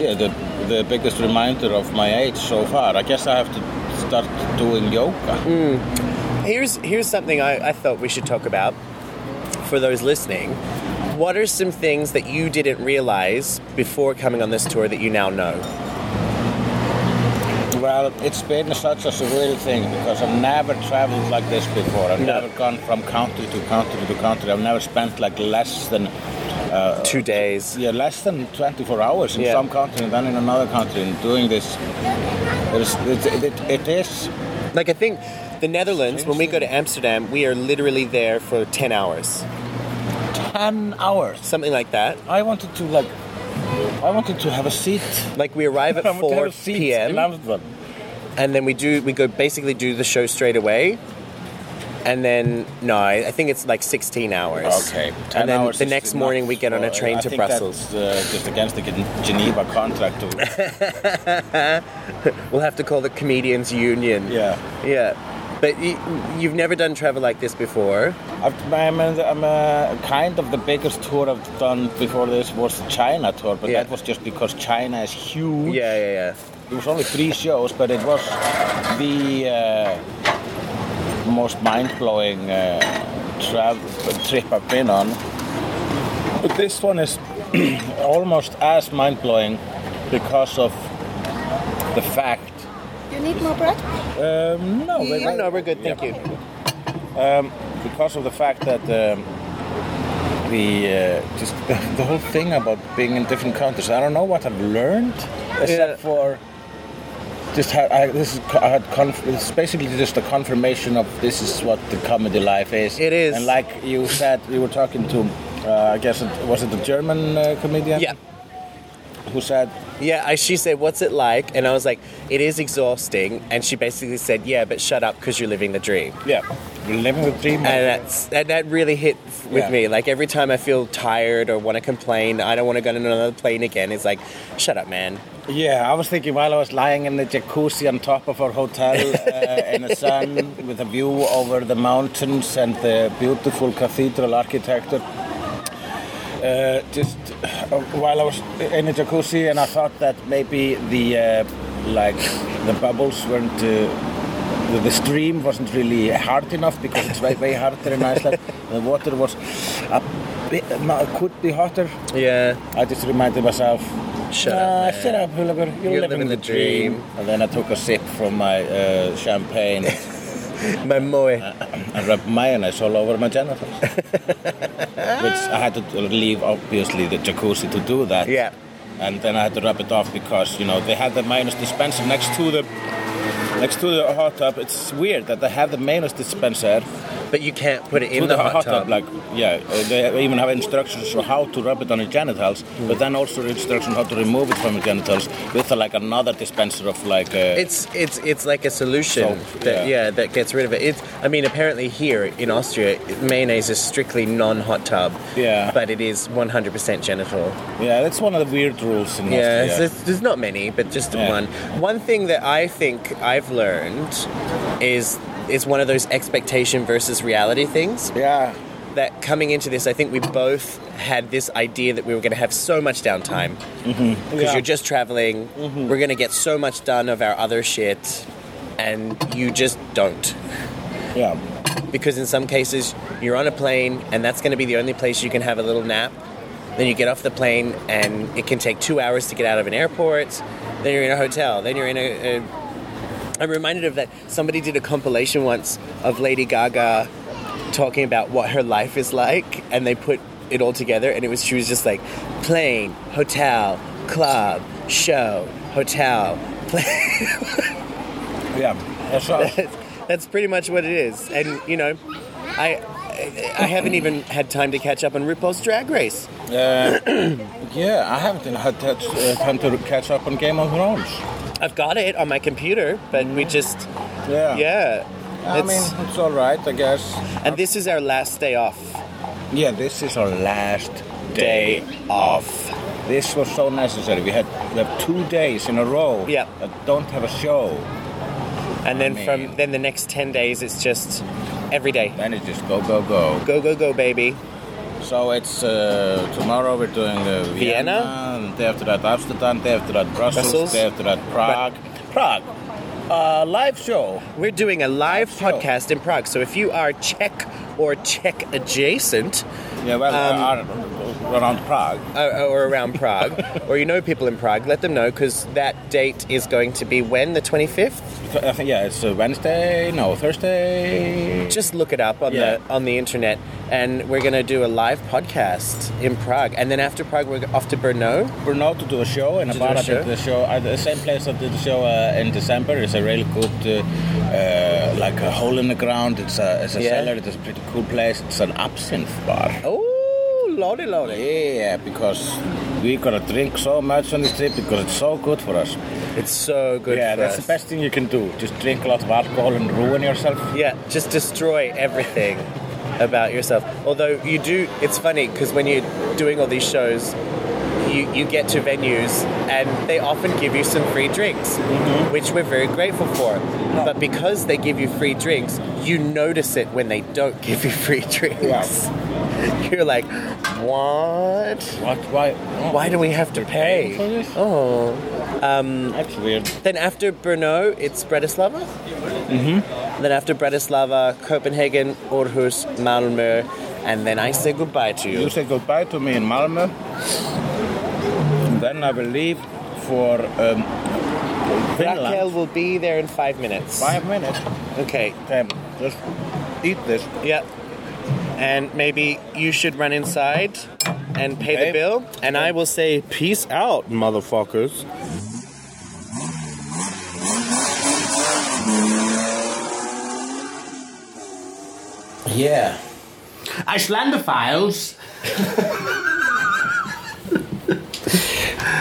Speaker 2: yeah, the the biggest reminder of my age so far. I guess I have to start doing yoga.
Speaker 3: Here's here's something I, I thought we should talk about for those listening. What are some things that you didn't realize before coming on this tour that you now know?
Speaker 2: Well, it's been such a surreal thing because I've never traveled like this before. I've
Speaker 3: No.
Speaker 2: never gone from country to country to country. I've never spent like less than
Speaker 3: Two days.
Speaker 2: yeah, less than 24 hours in
Speaker 3: Yeah.
Speaker 2: some country and then in another country and doing this. It's, it, it, it, it is
Speaker 3: Like I think the Netherlands, when we go to Amsterdam, we are literally there for ten hours.
Speaker 2: 10 hours.
Speaker 3: Something like that.
Speaker 2: I wanted to like, I wanted to have a seat.
Speaker 3: Like we arrive
Speaker 2: I
Speaker 3: at
Speaker 2: wanted to have
Speaker 3: four
Speaker 2: a seat
Speaker 3: PM
Speaker 2: in Amsterdam.
Speaker 3: and then we do we go basically do the show straight away and then no i, I think it's like 16 hours
Speaker 2: Okay.
Speaker 3: and
Speaker 2: 10
Speaker 3: then
Speaker 2: hours
Speaker 3: the
Speaker 2: is
Speaker 3: next
Speaker 2: enough
Speaker 3: morning we get on a
Speaker 2: for-
Speaker 3: train
Speaker 2: I
Speaker 3: to
Speaker 2: think
Speaker 3: brussels
Speaker 2: That's, uh, just against the Gen- Geneva contract. To,
Speaker 3: we'll have to call the comedians union
Speaker 2: yeah.
Speaker 3: yeah but you, you've never done travel like this before
Speaker 2: I've, I'm, uh, I'm uh, kind of the biggest tour I've done before this was the China tour, but
Speaker 3: Yeah.
Speaker 2: that was just because China is huge.
Speaker 3: yeah yeah yeah
Speaker 2: It was only three shows, but it was the uh, most mind-blowing uh, travel trip I've been on. But this one is almost as mind-blowing because of the fact.
Speaker 4: You need more bread?
Speaker 2: Um, no, but-
Speaker 3: no no we're good thank you
Speaker 2: because of the fact that um, the uh, just the, the whole thing about being in different countries. I don't know what I've learned except
Speaker 3: Yeah.
Speaker 2: for just how I, this is co- I had conf- it's basically just a confirmation of this is what the comedy life is.
Speaker 3: It is.
Speaker 2: and like you said, you were talking to. Uh, I guess it was it a German uh, comedian?
Speaker 3: yeah
Speaker 2: Who said,
Speaker 3: yeah I, she said what's it like and i was like it is exhausting and she basically said yeah but shut up because you're living the dream
Speaker 2: yeah, we're living the dream.
Speaker 3: and uh, that's and that really hit with
Speaker 2: Yeah.
Speaker 3: me. Like every time I feel tired or want to complain, I don't want to go on another plane again. It's like, shut up, man.
Speaker 2: Yeah, I was thinking while I was lying in the jacuzzi on top of our hotel uh, in the sun with a view over the mountains and the beautiful cathedral architecture. Uh, just uh, while I was in the jacuzzi, and I thought that maybe the uh, like the bubbles weren't uh, the, the stream wasn't really hard enough because it's way way harder in Iceland. the water was a bit could be hotter.
Speaker 3: Yeah,
Speaker 2: I just reminded myself,
Speaker 3: Shut
Speaker 2: "Nah,
Speaker 3: up, man.
Speaker 2: Uh, shut up, Hulagur. You're,
Speaker 3: You're
Speaker 2: living,
Speaker 3: living
Speaker 2: the
Speaker 3: the dream."
Speaker 2: dream. And then I took a sip from my uh, champagne.
Speaker 3: my moe.
Speaker 2: and rubbed mayonnaise all over my genitals. Which I had to leave, obviously, the jacuzzi to do that.
Speaker 3: Yeah.
Speaker 2: And then I had to rub it off because, you know, they had the mayonnaise dispenser next to the next to the hot tub. It's weird that they have the mayonnaise dispenser
Speaker 3: But you can't put it in
Speaker 2: to
Speaker 3: the, hot, tub.
Speaker 2: Like, yeah, uh, they even have instructions on how to rub it on your genitals, but then also instructions how to remove it from your genitals with uh, like another dispenser of like. Uh,
Speaker 3: It's it's it's like a solution
Speaker 2: Soap,
Speaker 3: that
Speaker 2: yeah.
Speaker 3: yeah. that gets rid of it. It's I mean apparently here in Austria mayonnaise is strictly non-hot tub.
Speaker 2: Yeah.
Speaker 3: But it is 100% genital.
Speaker 2: yeah, that's one of the weird rules in
Speaker 3: Yeah,
Speaker 2: Austria.
Speaker 3: so it's- there's not many, but just
Speaker 2: Yeah.
Speaker 3: one. One thing that I think I've learned is is one of those expectation versus reality things.
Speaker 2: yeah.
Speaker 3: That coming into this, I think we both had this idea that we were going to have so much downtime because
Speaker 2: Mm-hmm. Yeah. Mm-hmm.
Speaker 3: you're just traveling. We're going to get so much done of our other shit, and you just don't.
Speaker 2: Yeah.
Speaker 3: Because in some cases, you're on a plane, and that's going to be the only place you can have a little nap. Then you get off the plane, and it can take two hours to get out of an airport. Then you're in a hotel. Then you're in a. a I'm reminded of that. Somebody did a compilation once of Lady Gaga talking about what her life is like, and they put it all together, and it was she was just like plane, hotel, club, show, hotel, plane.
Speaker 2: Yeah. That's right.
Speaker 3: That's pretty much what it is, and you know, I I haven't even had time to catch up on RuPaul's Drag Race.
Speaker 2: Uh, yeah, I haven't had touch, uh, time to catch up on Game of Thrones.
Speaker 3: I've got it on my computer, but we just
Speaker 2: Yeah.
Speaker 3: yeah.
Speaker 2: Oh. I
Speaker 3: It's-
Speaker 2: mean, it's all right, I guess.
Speaker 3: and this is our last day off.
Speaker 2: Yeah, this is our last day
Speaker 3: off.
Speaker 2: This was so necessary. We had we have two days in a row
Speaker 3: Yeah.
Speaker 2: that don't have a show.
Speaker 3: And then
Speaker 2: I mean-
Speaker 3: from then the next ten days, it's just every day.
Speaker 2: Then it just go go go.
Speaker 3: Go go go, baby.
Speaker 2: So it's uh, tomorrow we're doing uh, Vienna,
Speaker 3: Vienna?
Speaker 2: and day after that Amsterdam, day after that Brussels,
Speaker 3: Brussels.
Speaker 2: day after that Prague. Prague, uh, live show.
Speaker 3: We're doing a live
Speaker 2: Sure.
Speaker 3: podcast in Prague, so if you are Czech or Czech adjacent,
Speaker 2: Yeah, well,
Speaker 3: Um,
Speaker 2: uh, ar- around Prague.
Speaker 3: uh, or around Prague, or you know people in Prague, let them know because that date is going to be when the 25th.
Speaker 2: Th- I think yeah, it's uh, Wednesday. No, Thursday.
Speaker 3: Just look it up on
Speaker 2: Yeah.
Speaker 3: the on the internet, and we're going to do a live podcast in Prague, and then after Prague we're off to Brno.
Speaker 2: Brno to do a show in a
Speaker 3: To do
Speaker 2: bar.
Speaker 3: a
Speaker 2: I did
Speaker 3: show?
Speaker 2: the show at the same place I did the show uh, in December. It's a really good, uh, uh, like a hole in the ground. It's a, it's a
Speaker 3: Yeah.
Speaker 2: cellar. It's a pretty cool place. It's an absinthe bar.
Speaker 3: Oh, lordy, lordy!
Speaker 2: Yeah, because we gotta drink so much on this trip because it's so good for us.
Speaker 3: It's so good.
Speaker 2: yeah,
Speaker 3: for
Speaker 2: that's
Speaker 3: us.
Speaker 2: the best thing you can do. Just drink a lot of alcohol and ruin yourself.
Speaker 3: Yeah, just destroy everything about yourself. Although you do, it's funny because when you're doing all these shows, you, you get to venues and they often give you some free drinks, which we're very grateful for. But because they give you free drinks, you notice it when they don't give you free drinks. You're like, what?
Speaker 2: What? Why? oh,
Speaker 3: Why do we have to
Speaker 2: for
Speaker 3: pay?
Speaker 2: this? um,
Speaker 3: Oh.
Speaker 2: That's weird.
Speaker 3: Then after Brno, it's Bratislava. Mm-hmm. Then after Bratislava, Copenhagen, Aarhus, Malmö, and then I say goodbye to
Speaker 2: You
Speaker 3: you.
Speaker 2: say goodbye to me in Malmö. Then I will leave for um,
Speaker 3: Raquel
Speaker 2: Finland.
Speaker 3: will be there in five minutes.
Speaker 2: Five minutes.
Speaker 3: Okay.
Speaker 2: Okay, just eat this.
Speaker 3: Yep. And maybe you should run inside and pay
Speaker 2: Okay.
Speaker 3: the bill, and I will say peace out, motherfuckers.
Speaker 2: Yeah.
Speaker 1: Icelandophiles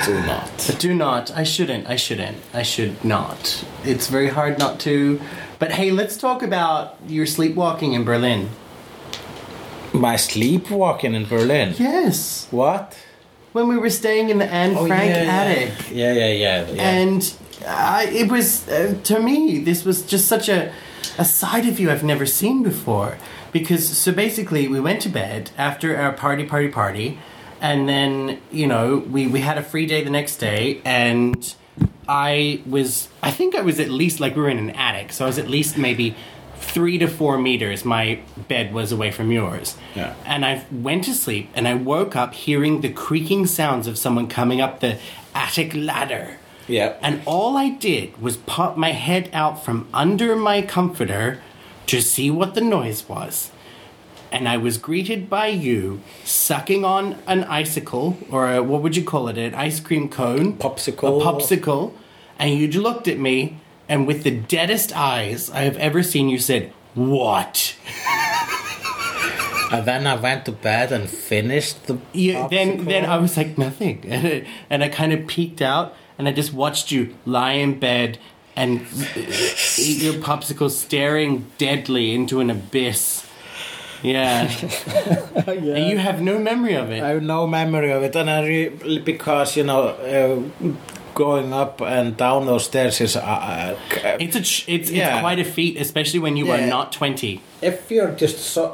Speaker 2: Do not.
Speaker 1: do not. I shouldn't. I shouldn't. I should not. It's very hard not to. But hey, let's talk about your sleepwalking in Berlin.
Speaker 2: My sleepwalking in Berlin.
Speaker 1: Yes.
Speaker 2: What?
Speaker 1: When we were staying in the Anne Frank
Speaker 2: Oh, yeah, yeah.
Speaker 1: attic.
Speaker 2: Yeah, yeah, yeah. yeah.
Speaker 1: and I, it was uh, to me this was just such a a side of you I've never seen before because so basically we went to bed after our party party party and then you know we we had a free day the next day and I was I think I was at least like we were in an attic so I was at least maybe 3 to 4 meters my bed was away from yours
Speaker 2: Yeah.
Speaker 1: and I went to sleep and I woke up hearing the creaking sounds of someone coming up the attic ladder.
Speaker 2: Yeah.
Speaker 1: And all I did was pop my head out from under my comforter, to see what the noise was. And I was greeted by you sucking on an icicle, or a, what would you call it? An ice cream cone?
Speaker 2: Popsicle.
Speaker 1: A popsicle. And you looked at me, and with the deadest eyes I have ever seen, you said, What?
Speaker 2: And then I went to bed and finished the.
Speaker 1: Yeah, then
Speaker 2: popsicle.
Speaker 1: then I was like nothing, and I, and I kind of peeked out, and I just watched you lie in bed and eat your popsicle, staring deadly into an abyss. Yeah, and you have no memory of it.
Speaker 2: I have no memory of it, and I re- because you know, uh, going up and down those stairs is. Uh, uh,
Speaker 1: It's a ch- it's, it's
Speaker 2: Yeah.
Speaker 1: quite a feat, especially when you are
Speaker 2: Yeah.
Speaker 1: not twenty.
Speaker 2: if you're just so,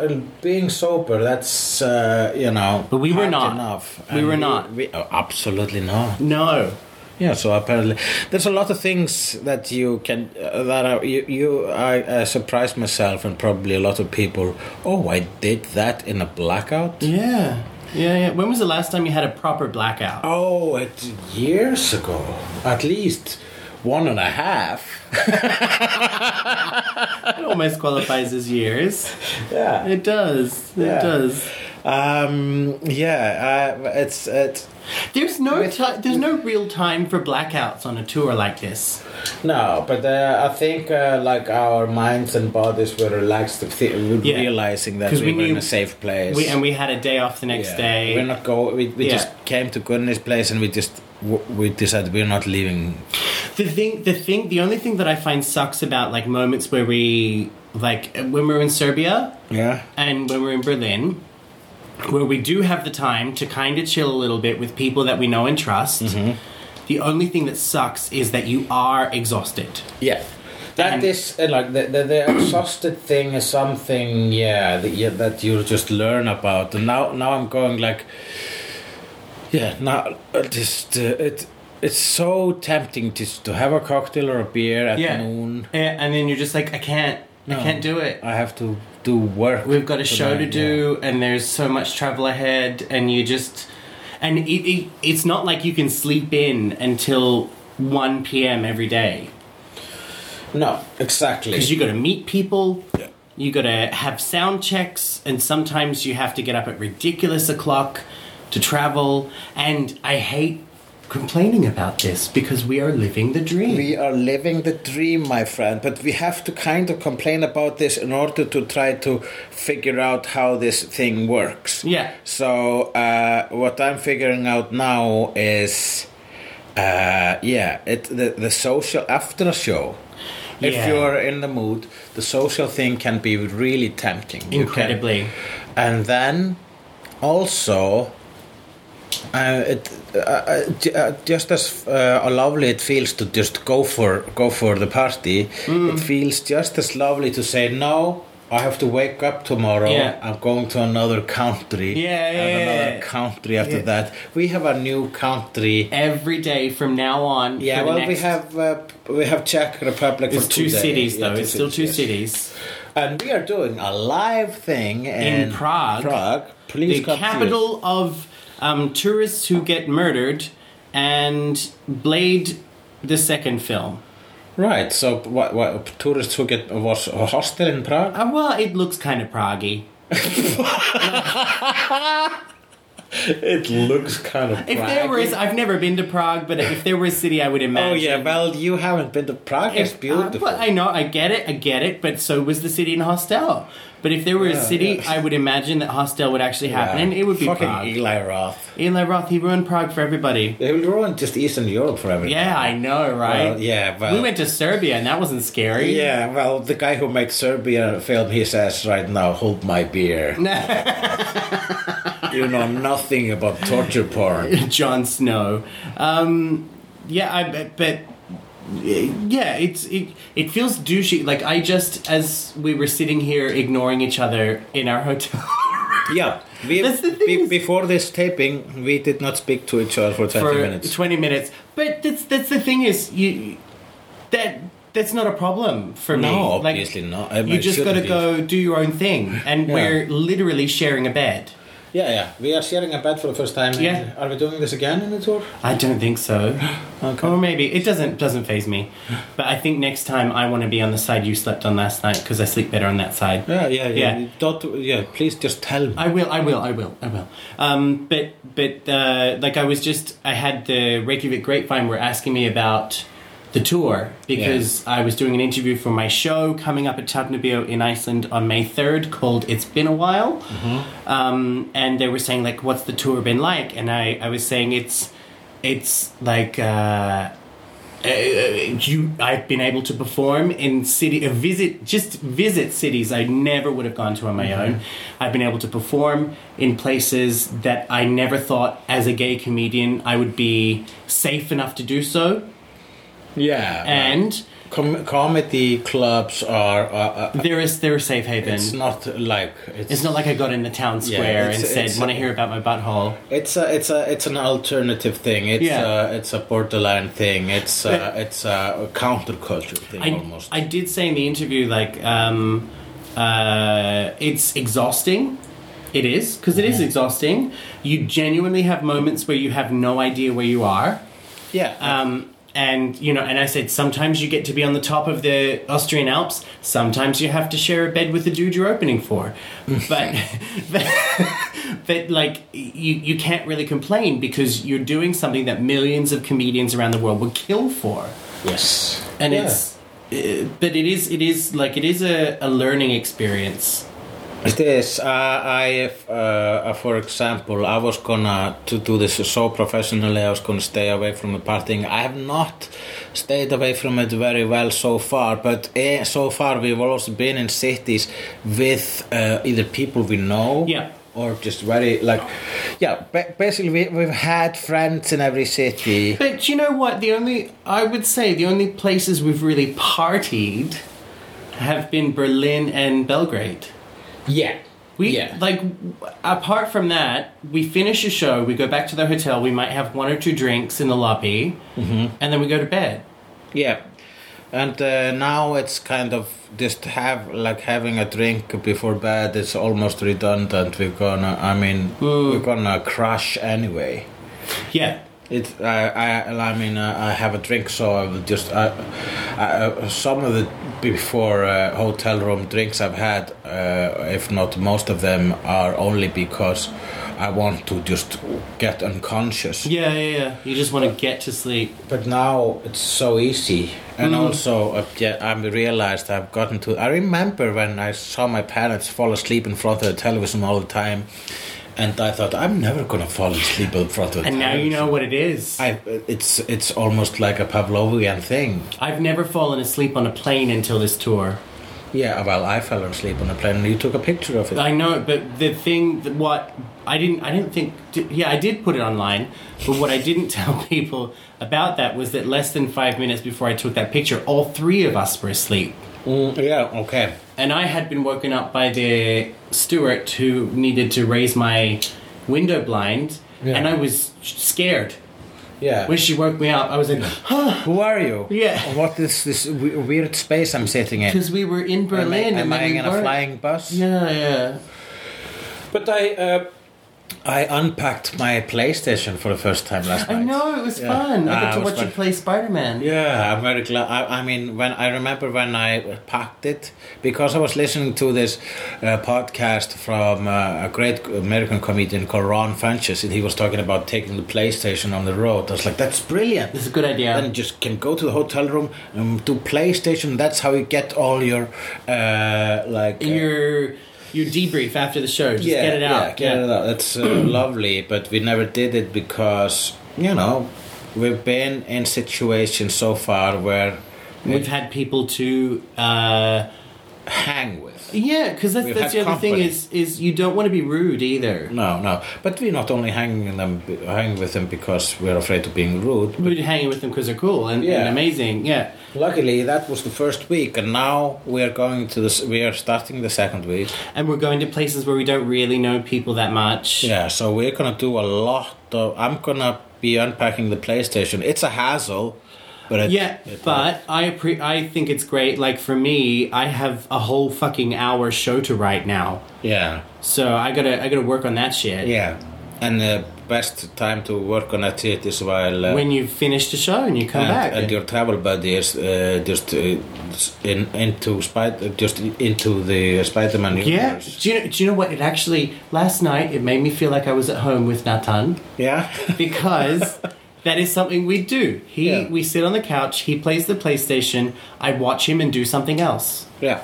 Speaker 2: being sober, that's uh, you know.
Speaker 1: But we were
Speaker 2: hard
Speaker 1: not.
Speaker 2: Enough.
Speaker 1: We were not.
Speaker 2: We, oh, absolutely not.
Speaker 1: No,
Speaker 2: Yeah. So apparently, there's a lot of things that you can uh, that are, you you I uh, surprised myself and probably a lot of people. Oh, I did that in a blackout.
Speaker 1: yeah, yeah, yeah. When was the last time you had a proper blackout?
Speaker 2: Oh, it years ago, at least one and a half.
Speaker 1: It almost qualifies as years.
Speaker 2: Yeah.
Speaker 1: It does. It
Speaker 2: Yeah.
Speaker 1: does.
Speaker 2: Um. Yeah. Uh, it's it.
Speaker 1: There's no ti there's no real time for blackouts on a tour like this.
Speaker 2: No, but uh, I think uh, like our minds and bodies were relaxed, to th-
Speaker 1: Yeah.
Speaker 2: realizing that
Speaker 1: 'Cause
Speaker 2: we,
Speaker 1: we
Speaker 2: were in
Speaker 1: knew-
Speaker 2: a safe place.
Speaker 1: We and we had a day off the next
Speaker 2: Yeah.
Speaker 1: day.
Speaker 2: We're not go. We, we
Speaker 1: Yeah.
Speaker 2: just came to Gunner's place and we just w- we decided we're not leaving.
Speaker 1: the thing the thing the only thing that I find sucks about like moments where we like when we we're in Serbia
Speaker 2: Yeah.
Speaker 1: and when we're in Berlin where we do have the time to kind of chill a little bit with people that we know and trust.
Speaker 2: Mm-hmm.
Speaker 1: The only thing that sucks is that you are exhausted.
Speaker 2: Yeah. that
Speaker 1: And-
Speaker 2: is uh, like the, the, the exhausted thing is something yeah, that yeah that you just learn about and now now I'm going like yeah now uh, just uh, it it's so tempting just to have a cocktail or a beer at
Speaker 1: Yeah.
Speaker 2: noon
Speaker 1: Yeah, and then you're just like I can't I
Speaker 2: Mm. No.
Speaker 1: can't do it.
Speaker 2: I have to do work
Speaker 1: we've got a show to
Speaker 2: tonight,
Speaker 1: do and there's so much travel ahead and you just and it, it, it's not like you can sleep in until 1 p.m every day
Speaker 2: yeah. no exactly
Speaker 1: because you got to meet people you got to have sound checks and sometimes you have to get up at ridiculous o'clock to travel and i hate complaining about this because we are living the dream
Speaker 2: We are living the dream, my friend, but we have to kind of complain about this in order to try to figure out how this thing works.
Speaker 1: Yeah.
Speaker 2: So, uh, what I'm figuring out now is, uh, yeah, it the, the social after a show. If
Speaker 1: Yeah.
Speaker 2: you're in the mood, the social thing can be really tempting. You can-
Speaker 1: incredibly
Speaker 2: and then also uh, it, uh, uh, j- uh, just as uh, lovely it feels to just go for go for the party
Speaker 1: Mm.
Speaker 2: it feels just as lovely to say no I have to wake up tomorrow.
Speaker 1: Yeah.
Speaker 2: I'm going to another country.
Speaker 1: Yeah, yeah,
Speaker 2: and
Speaker 1: yeah,
Speaker 2: another
Speaker 1: yeah.
Speaker 2: country after that. We have a new country.
Speaker 1: every day from now on
Speaker 2: Yeah,
Speaker 1: for the
Speaker 2: well, we
Speaker 1: next-
Speaker 2: have uh, p- we have Czech Republic.
Speaker 1: it's
Speaker 2: for
Speaker 1: two
Speaker 2: days.
Speaker 1: cities
Speaker 2: Yeah,
Speaker 1: though it's still two
Speaker 2: yes.
Speaker 1: cities
Speaker 2: And we are doing a live thing in,
Speaker 1: in Prague,
Speaker 2: Prague, please
Speaker 1: the
Speaker 2: come to us.
Speaker 1: capital of um, tourists who get murdered, and Blade, the second film.
Speaker 2: Right. So what? What tourists who get was a hostel in Prague?
Speaker 1: Uh, well, it looks kind of proggy.
Speaker 2: It looks kind of.
Speaker 1: If there was, I've never been to Prague, but if there were a city, I would
Speaker 2: Oh
Speaker 1: imagine.
Speaker 2: yeah. Well, you haven't been to Prague. It's
Speaker 1: If- uh,
Speaker 2: beautiful.
Speaker 1: but I know, I get it, I get it, but so was the city in Hostel. But if there were a city,
Speaker 2: yeah.
Speaker 1: I would imagine that Hostel would actually happen, and it would be
Speaker 2: fucking e-
Speaker 1: Prague.
Speaker 2: Eli Roth.
Speaker 1: Eli Roth, he ruined Prague for everybody.
Speaker 2: They will ruin just Eastern Europe for everyone.
Speaker 1: Yeah, I know, right?
Speaker 2: Well, yeah, well-
Speaker 1: we went to Serbia, and that wasn't scary.
Speaker 2: Yeah, well, the guy who made Serbia film, he says right now, hold my beer. you know nothing about torture porn.
Speaker 1: Jon Snow. Um, yeah, I but, but yeah, it's it, it feels douchey. Like I just as we were sitting here ignoring each other in our hotel
Speaker 2: Yeah, we,
Speaker 1: That's the thing
Speaker 2: be-
Speaker 1: is-
Speaker 2: before this taping, we did not speak to each other for 20
Speaker 1: for
Speaker 2: minutes.
Speaker 1: twenty minutes. But that's that's the thing is you that that's not a problem for me.
Speaker 2: no,
Speaker 1: Oh, Like,
Speaker 2: obviously not. I mean,
Speaker 1: you
Speaker 2: it
Speaker 1: just got
Speaker 2: shouldn't
Speaker 1: to go
Speaker 2: be.
Speaker 1: do your own thing, and
Speaker 2: Yeah.
Speaker 1: we're literally sharing a bed.
Speaker 2: Yeah, yeah. We are sharing a bed for the first time.
Speaker 1: Yeah.
Speaker 2: Are we doing this again in the tour?
Speaker 1: I don't think so. Or maybe it doesn't doesn't phase me. But I think next time I want to be on the side you slept on last night because I sleep better on that side.
Speaker 2: Yeah, yeah, yeah.
Speaker 1: Yeah.
Speaker 2: Don't, yeah. Please just tell me.
Speaker 1: I will, I will, I will, I will. Um, but but uh, like I was just, I had the Reykjavik Grapevine were asking me about the tour because I was doing an interview for my show coming up at Tafnabio in Iceland on May third called "It's Been a While," um, and they were saying like, "What's the tour been like?" And I I was saying it's it's like. Uh, uh, you I've been able to perform in city uh, visit just visit cities I never would have gone to on my own. I've been able to perform in places that I never thought as a gay comedian I would be safe enough to do so
Speaker 2: yeah.
Speaker 1: and
Speaker 2: Uh, Com- comedy clubs are. Uh, uh,
Speaker 1: there is there is safe haven.
Speaker 2: it's not like it's,
Speaker 1: Mm. It's not like I got in the town square
Speaker 2: it's-
Speaker 1: and said,
Speaker 2: it's-
Speaker 1: "Want to hear about my butthole?"
Speaker 2: It's a, it's a, it's an alternative thing. It's
Speaker 1: Yeah. Uh,
Speaker 2: a, it's a borderline thing. It's a, it's a counterculture thing
Speaker 1: I,
Speaker 2: almost.
Speaker 1: I did say in the interview, like, um, uh, it's exhausting. It is, because it is exhausting. You genuinely have moments where you have no idea where you are.
Speaker 2: yeah.
Speaker 1: Um, and, you know, and I said, sometimes you get to be on the top of the Austrian Alps. Sometimes you have to share a bed with the dude you're opening for. but, but, but, like, you, you can't really complain because you're doing something that millions of comedians around the world would kill for
Speaker 2: yes.
Speaker 1: and
Speaker 2: Yeah.
Speaker 1: it's uh, but it is it is like it is a, a learning experience
Speaker 2: It is. Uh, I, uh, uh, for example, I was gonna to do this so professionally. I was gonna stay away from the partying. I have not stayed away from it very well so far. But eh, so far, we've also been in cities with uh, either people we know,
Speaker 1: Yeah.
Speaker 2: or just very like, yeah. Ba- basically, we, we've had friends in every city.
Speaker 1: but you know what the only i would say the only places we've really partied have been berlin and belgrade
Speaker 2: Yeah,
Speaker 1: we
Speaker 2: yeah.
Speaker 1: like w- apart from that we finish a show we go back to the hotel we might have one or two drinks in the lobby
Speaker 2: Mm-hmm.
Speaker 1: and then we go to bed
Speaker 2: Yeah, and uh, now it's kind of just have like having a drink before bed. It's almost redundant. We're gonna, I mean, we're gonna crash anyway.
Speaker 1: yeah
Speaker 2: It, I, I, I mean, uh, I have a drink, so I will just I, I, uh, some of the before uh, hotel room drinks I've had, uh, if not most of them, are only because I want to just get unconscious
Speaker 1: yeah yeah yeah you just want to get to sleep
Speaker 2: but now it's so easy and
Speaker 1: Mm.
Speaker 2: also uh, yeah, i realized i've gotten to i remember when i saw my parents fall asleep in front of the television all the time and i thought i'm never gonna fall asleep in front of the
Speaker 1: and now you
Speaker 2: television."
Speaker 1: know what it is
Speaker 2: I, it's it's almost like a Pavlovian thing.
Speaker 1: i've never fallen asleep on a plane until this tour
Speaker 2: Yeah, well, I fell asleep on a plane, and you took a picture of it.
Speaker 1: I know, but the thing that what I didn't I didn't think di- yeah I did put it online, but what I didn't tell people about that was that less than five minutes before I took that picture, all three of us were asleep,
Speaker 2: Mm, yeah, okay.
Speaker 1: and I had been woken up by the steward who needed to raise my window blind,
Speaker 2: Yeah.
Speaker 1: and I was scared
Speaker 2: Yeah.
Speaker 1: when she woke me up. I was like,
Speaker 2: Who are you?
Speaker 1: Yeah.
Speaker 2: What is this we- weird space I'm sitting in?
Speaker 1: because we were in
Speaker 2: Am I,
Speaker 1: Berlin
Speaker 2: am
Speaker 1: and
Speaker 2: I
Speaker 1: then we
Speaker 2: in a
Speaker 1: weren't.
Speaker 2: flying bus?
Speaker 1: Yeah, yeah.
Speaker 2: But I, uh, I unpacked my PlayStation for the first time last night.
Speaker 1: I know it was
Speaker 2: Yeah.
Speaker 1: fun. I
Speaker 2: Ah,
Speaker 1: got
Speaker 2: it
Speaker 1: to
Speaker 2: was
Speaker 1: watch you
Speaker 2: fun.
Speaker 1: play Spider Man.
Speaker 2: Yeah, I'm very glad. I, I mean, when I remember when I packed it because I was listening to this uh, podcast from uh, a great American comedian called Ron Funches, and he was talking about taking the PlayStation on the road. I was like, that's brilliant.
Speaker 1: It's a good idea.
Speaker 2: Then you just can go to the hotel room and do PlayStation. That's how you get all your uh, like uh,
Speaker 1: your your debrief after the show. Just get it
Speaker 2: Yeah,
Speaker 1: out.
Speaker 2: get
Speaker 1: Yeah.
Speaker 2: it out. That's uh, lovely, but we never did it because you know we've been in situations so far where we
Speaker 1: We've had people to uh,
Speaker 2: hang with.
Speaker 1: yeah, because that's,
Speaker 2: We've
Speaker 1: that's the
Speaker 2: had
Speaker 1: other thing
Speaker 2: company.
Speaker 1: is is you don't want to be rude either.
Speaker 2: No, no, but we're not only hanging them, hanging with them because we're afraid of being rude.
Speaker 1: We're hanging with them because they're cool and, and
Speaker 2: Yeah.
Speaker 1: amazing. Yeah,
Speaker 2: Luckily, that was the first week, and now we are going to this. We are starting the second week.
Speaker 1: and we're going to places where we don't really know people that much.
Speaker 2: Yeah, so we're gonna do a lot of. I'm gonna be unpacking the PlayStation. It's a hassle.
Speaker 6: But it,
Speaker 1: Yeah,
Speaker 6: it-
Speaker 1: but I pre- I think it's great. Like for me, I have a whole fucking hour show to write now,
Speaker 2: yeah,
Speaker 1: so I gotta I gotta work on that shit.
Speaker 2: yeah. And the best time to work on a shit is while uh,
Speaker 1: When you've finished the show and you come
Speaker 2: and,
Speaker 1: back,
Speaker 2: and your travel buddy is uh, just uh, in, into spider, just into the Spider-Man
Speaker 1: yeah.
Speaker 2: universe.
Speaker 1: Do you know, do you know what? It actually last night it made me feel like I was at home with Nathan
Speaker 2: Yeah,
Speaker 1: because that is something we do. He
Speaker 2: Yeah.
Speaker 1: we sit on the couch. He plays the PlayStation. I watch him and do something else.
Speaker 2: yeah,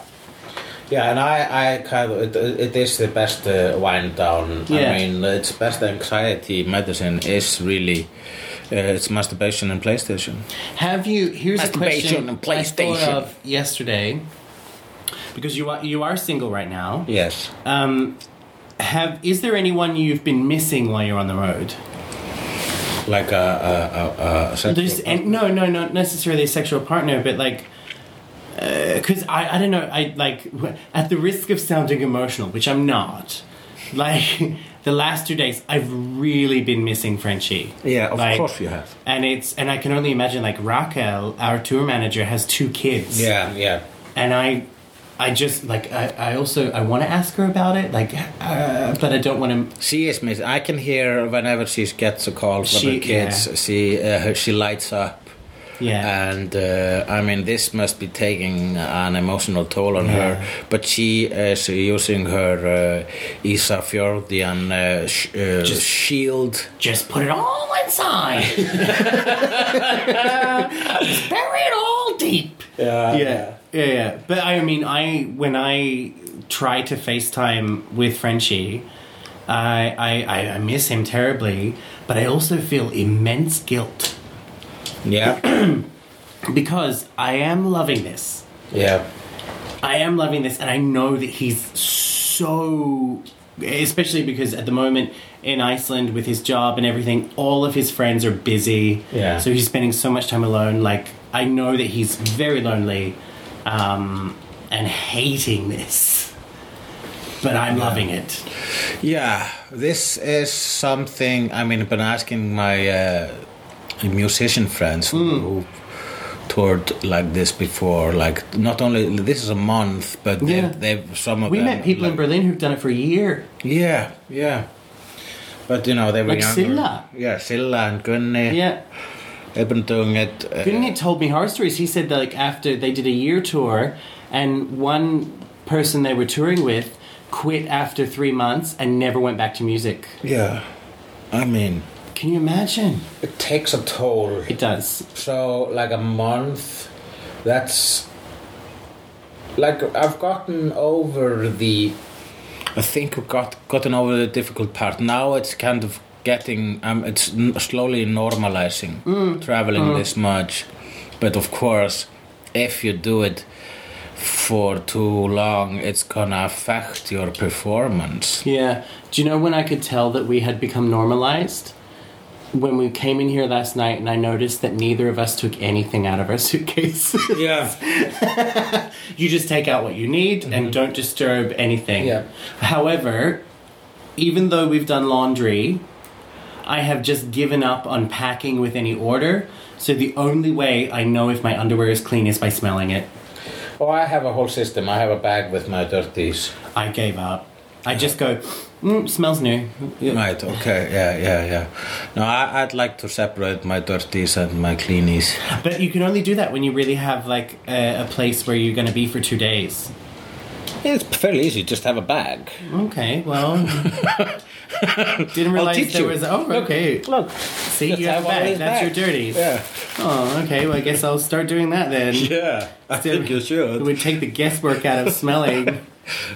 Speaker 2: yeah. And I, I kind of, it, it is the best uh, wind down.
Speaker 1: Yeah.
Speaker 2: I mean, it's best anxiety medicine is really uh, it's masturbation and PlayStation.
Speaker 1: Have you? Here's a question
Speaker 2: Masturbation and
Speaker 1: I
Speaker 2: PlayStation.
Speaker 1: thought of yesterday. Because you are you are single right now.
Speaker 2: Yes.
Speaker 1: Um, have is there anyone you've been missing while you're on the road?
Speaker 2: like a, a, a, a sexual
Speaker 1: There's and no, no, not necessarily a sexual partner, but like. Because I, I don't know, I like, w- at the risk of sounding emotional, which I'm not, like, the last two days, I've really been missing Frenchie.
Speaker 2: Yeah, of
Speaker 1: Like,
Speaker 2: course you have.
Speaker 1: And it's, and I can only imagine, like, Raquel, our tour manager, has two kids.
Speaker 2: Yeah, yeah.
Speaker 1: and I, I just like I, I also I want to ask her about it, like, uh, but I don't want to.
Speaker 2: She is miss. I can hear whenever she gets a call from
Speaker 1: She-
Speaker 2: her kids.
Speaker 1: yeah.
Speaker 2: She uh, her- she lights up,
Speaker 1: Yeah,
Speaker 2: and uh, I mean this must be taking an emotional toll on her. But she is using her uh, Isa Fjordian uh, sh- uh,
Speaker 1: Just-
Speaker 2: shield.
Speaker 1: just put it all inside. just bury it all deep.
Speaker 2: Yeah,
Speaker 1: yeah, yeah, yeah. But I mean, I when I try to FaceTime with Frenchie, I I, I, I miss him terribly, but I also feel immense guilt
Speaker 2: yeah,
Speaker 1: because I am loving this.
Speaker 2: yeah.
Speaker 1: I am loving this, and I know that he's so. Especially because at the moment in Iceland with his job and everything, all of his friends are busy.
Speaker 2: Yeah.
Speaker 1: So he's spending so much time alone. Like, I know that he's very lonely um, and hating this. But I'm loving it.
Speaker 2: Yeah, this is something. I mean, I've been asking my uh, musician friends
Speaker 1: Hmm.
Speaker 2: who toured like this before. Like, not only this is a month, but
Speaker 1: Yeah.
Speaker 2: they've, they've some of
Speaker 1: We
Speaker 2: them.
Speaker 1: met people in
Speaker 2: like-
Speaker 1: Berlin who've done it for a year.
Speaker 2: Yeah, yeah. But you know, they were
Speaker 1: Like
Speaker 2: younger.
Speaker 1: Silla.
Speaker 2: Yeah, Silla and Gunni.
Speaker 1: Yeah.
Speaker 2: they've been doing it. Uh,
Speaker 1: Gunnar told me horror stories. He said that, like after they did a year tour, and one person they were touring with quit after three months and never went back to music.
Speaker 2: Yeah, I mean,
Speaker 1: Can you imagine?
Speaker 2: it takes a toll.
Speaker 1: It does.
Speaker 2: So like a month. That's like I've gotten over the. I think I've got gotten over the difficult part. Now it's kind of getting. Um, it's n- slowly normalizing traveling this much, but of course, if you do it for too long, it's gonna affect your performance.
Speaker 1: Yeah. Do you know when I could tell that we had become normalized? When we came in here last night, and I noticed that neither of us took anything out of our suitcase.
Speaker 2: Yeah.
Speaker 1: you just take out what you need and don't disturb anything.
Speaker 2: Yeah.
Speaker 1: However, even though we've done laundry, I have just given up on packing with any order. So the only way I know if my underwear is clean is by smelling it.
Speaker 2: Oh, I have a whole system. I have a bag with my dirties.
Speaker 1: I gave up. I just go, mm, smells new.
Speaker 2: Right. Okay. Yeah. Yeah. Yeah. No, I, I'd like to separate my dirties and my cleanies.
Speaker 1: But you can only do that when you really have like a, a place where you're going to be for two days.
Speaker 2: It's fairly easy. Just have a bag.
Speaker 1: Okay, well, didn't realize
Speaker 2: teach
Speaker 1: there
Speaker 2: you.
Speaker 1: was. Oh, okay.
Speaker 2: Look.
Speaker 1: See,
Speaker 2: Just
Speaker 1: you have,
Speaker 2: have all
Speaker 1: a bag.
Speaker 2: these
Speaker 1: That's
Speaker 2: bags.
Speaker 1: your dirties.
Speaker 2: Yeah.
Speaker 1: Oh, okay. Well, I guess I'll start doing that then.
Speaker 2: Yeah. I
Speaker 1: Still-
Speaker 2: think you
Speaker 1: It
Speaker 2: should.
Speaker 1: would take the guesswork out of smelling.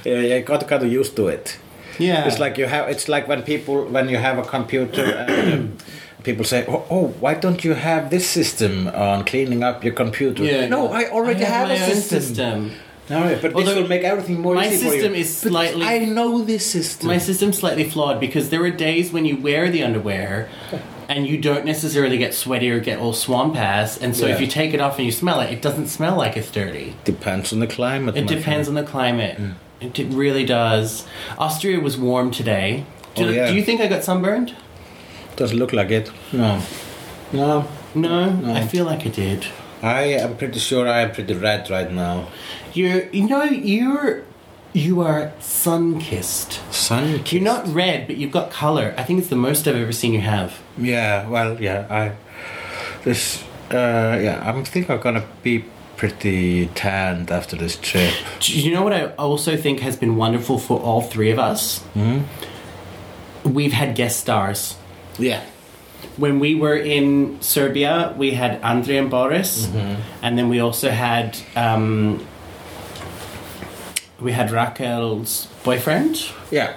Speaker 2: Yeah. yeah, got kind of used to it.
Speaker 1: Yeah.
Speaker 2: It's like you have. It's like when people when you have a computer. and, uh, People say, oh, "Oh, why don't you have this system on cleaning up your computer?"
Speaker 1: Yeah.
Speaker 2: no, I already have,
Speaker 1: my
Speaker 2: a
Speaker 1: own
Speaker 2: system. No, but this
Speaker 1: Although
Speaker 2: will make everything more
Speaker 1: my
Speaker 2: easy for
Speaker 1: system
Speaker 2: you.
Speaker 1: is
Speaker 2: But
Speaker 1: slightly-
Speaker 2: I know this system.
Speaker 1: My system's slightly flawed because there are days when you wear the underwear and you don't necessarily get sweaty or get all swamp ass. And so if
Speaker 2: Yeah.
Speaker 1: you take it off and you smell it, it doesn't smell like it's dirty.
Speaker 2: Depends on the climate.
Speaker 1: It
Speaker 2: my
Speaker 1: depends
Speaker 2: friend.
Speaker 1: on the climate.
Speaker 2: Mm.
Speaker 1: It d- really does. Austria was warm today. Do,
Speaker 2: Oh, yeah.
Speaker 1: do you think I got sunburned?
Speaker 2: Doesn't look like it. No. No,
Speaker 1: No,
Speaker 2: No.
Speaker 1: I feel like I did.
Speaker 2: I am pretty sure I am pretty red right now.
Speaker 1: You're, you know, you're, you are sun kissed.
Speaker 2: Sun
Speaker 1: You're
Speaker 2: kissed.
Speaker 1: not red, but you've got color. I think it's the most I've ever seen you have.
Speaker 2: Yeah, well, yeah, I. This, uh, yeah, I think I'm gonna be pretty tanned after this trip.
Speaker 1: Do you know what I also think has been wonderful for all three of us? We've had guest stars.
Speaker 2: Yeah.
Speaker 1: When we were in Serbia, we had Andrei and Boris, and then we also had um, we had Raquel's boyfriend.
Speaker 2: Yeah.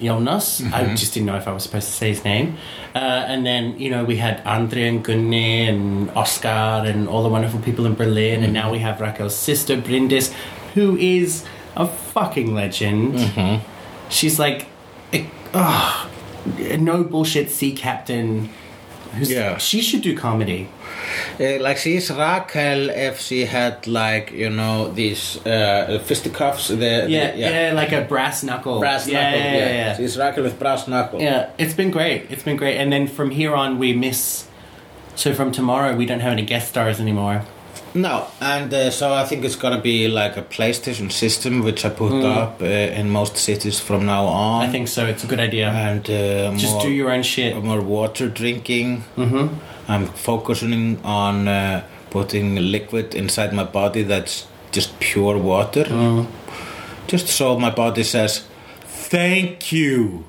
Speaker 1: Jonas. I just didn't know if I was supposed to say his name. Uh, and then, you know, we had Andre and Gunni and Oscar and all the wonderful people in Berlin. And now we have Raquel's sister, Brindis, who is a fucking legend. She's like, a, ah, no bullshit sea captain. Who's,
Speaker 2: Yeah.
Speaker 1: She should do comedy.
Speaker 2: Uh, like she's Raquel if she had like you know these uh, fisticuffs. The, the-
Speaker 1: Yeah, yeah, like a brass knuckle.
Speaker 2: brass
Speaker 1: Yeah,
Speaker 2: knuckle.
Speaker 1: yeah, yeah, yeah.
Speaker 2: she's Raquel with brass knuckle.
Speaker 1: Yeah, it's been great. It's been great. And then from here on, we miss. So from tomorrow, we don't have any guest stars anymore.
Speaker 2: No, and uh, so I think it's gonna be like a PlayStation system, which I put up uh, in most cities from now on.
Speaker 1: Mm. I think so. It's a good idea.
Speaker 2: and uh,
Speaker 1: Just
Speaker 2: more,
Speaker 1: do your own shit.
Speaker 2: more water drinking. Mm-hmm. I'm focusing on uh, putting liquid inside my body that's just pure water.
Speaker 1: Mm.
Speaker 2: Just so my body says, "Thank you."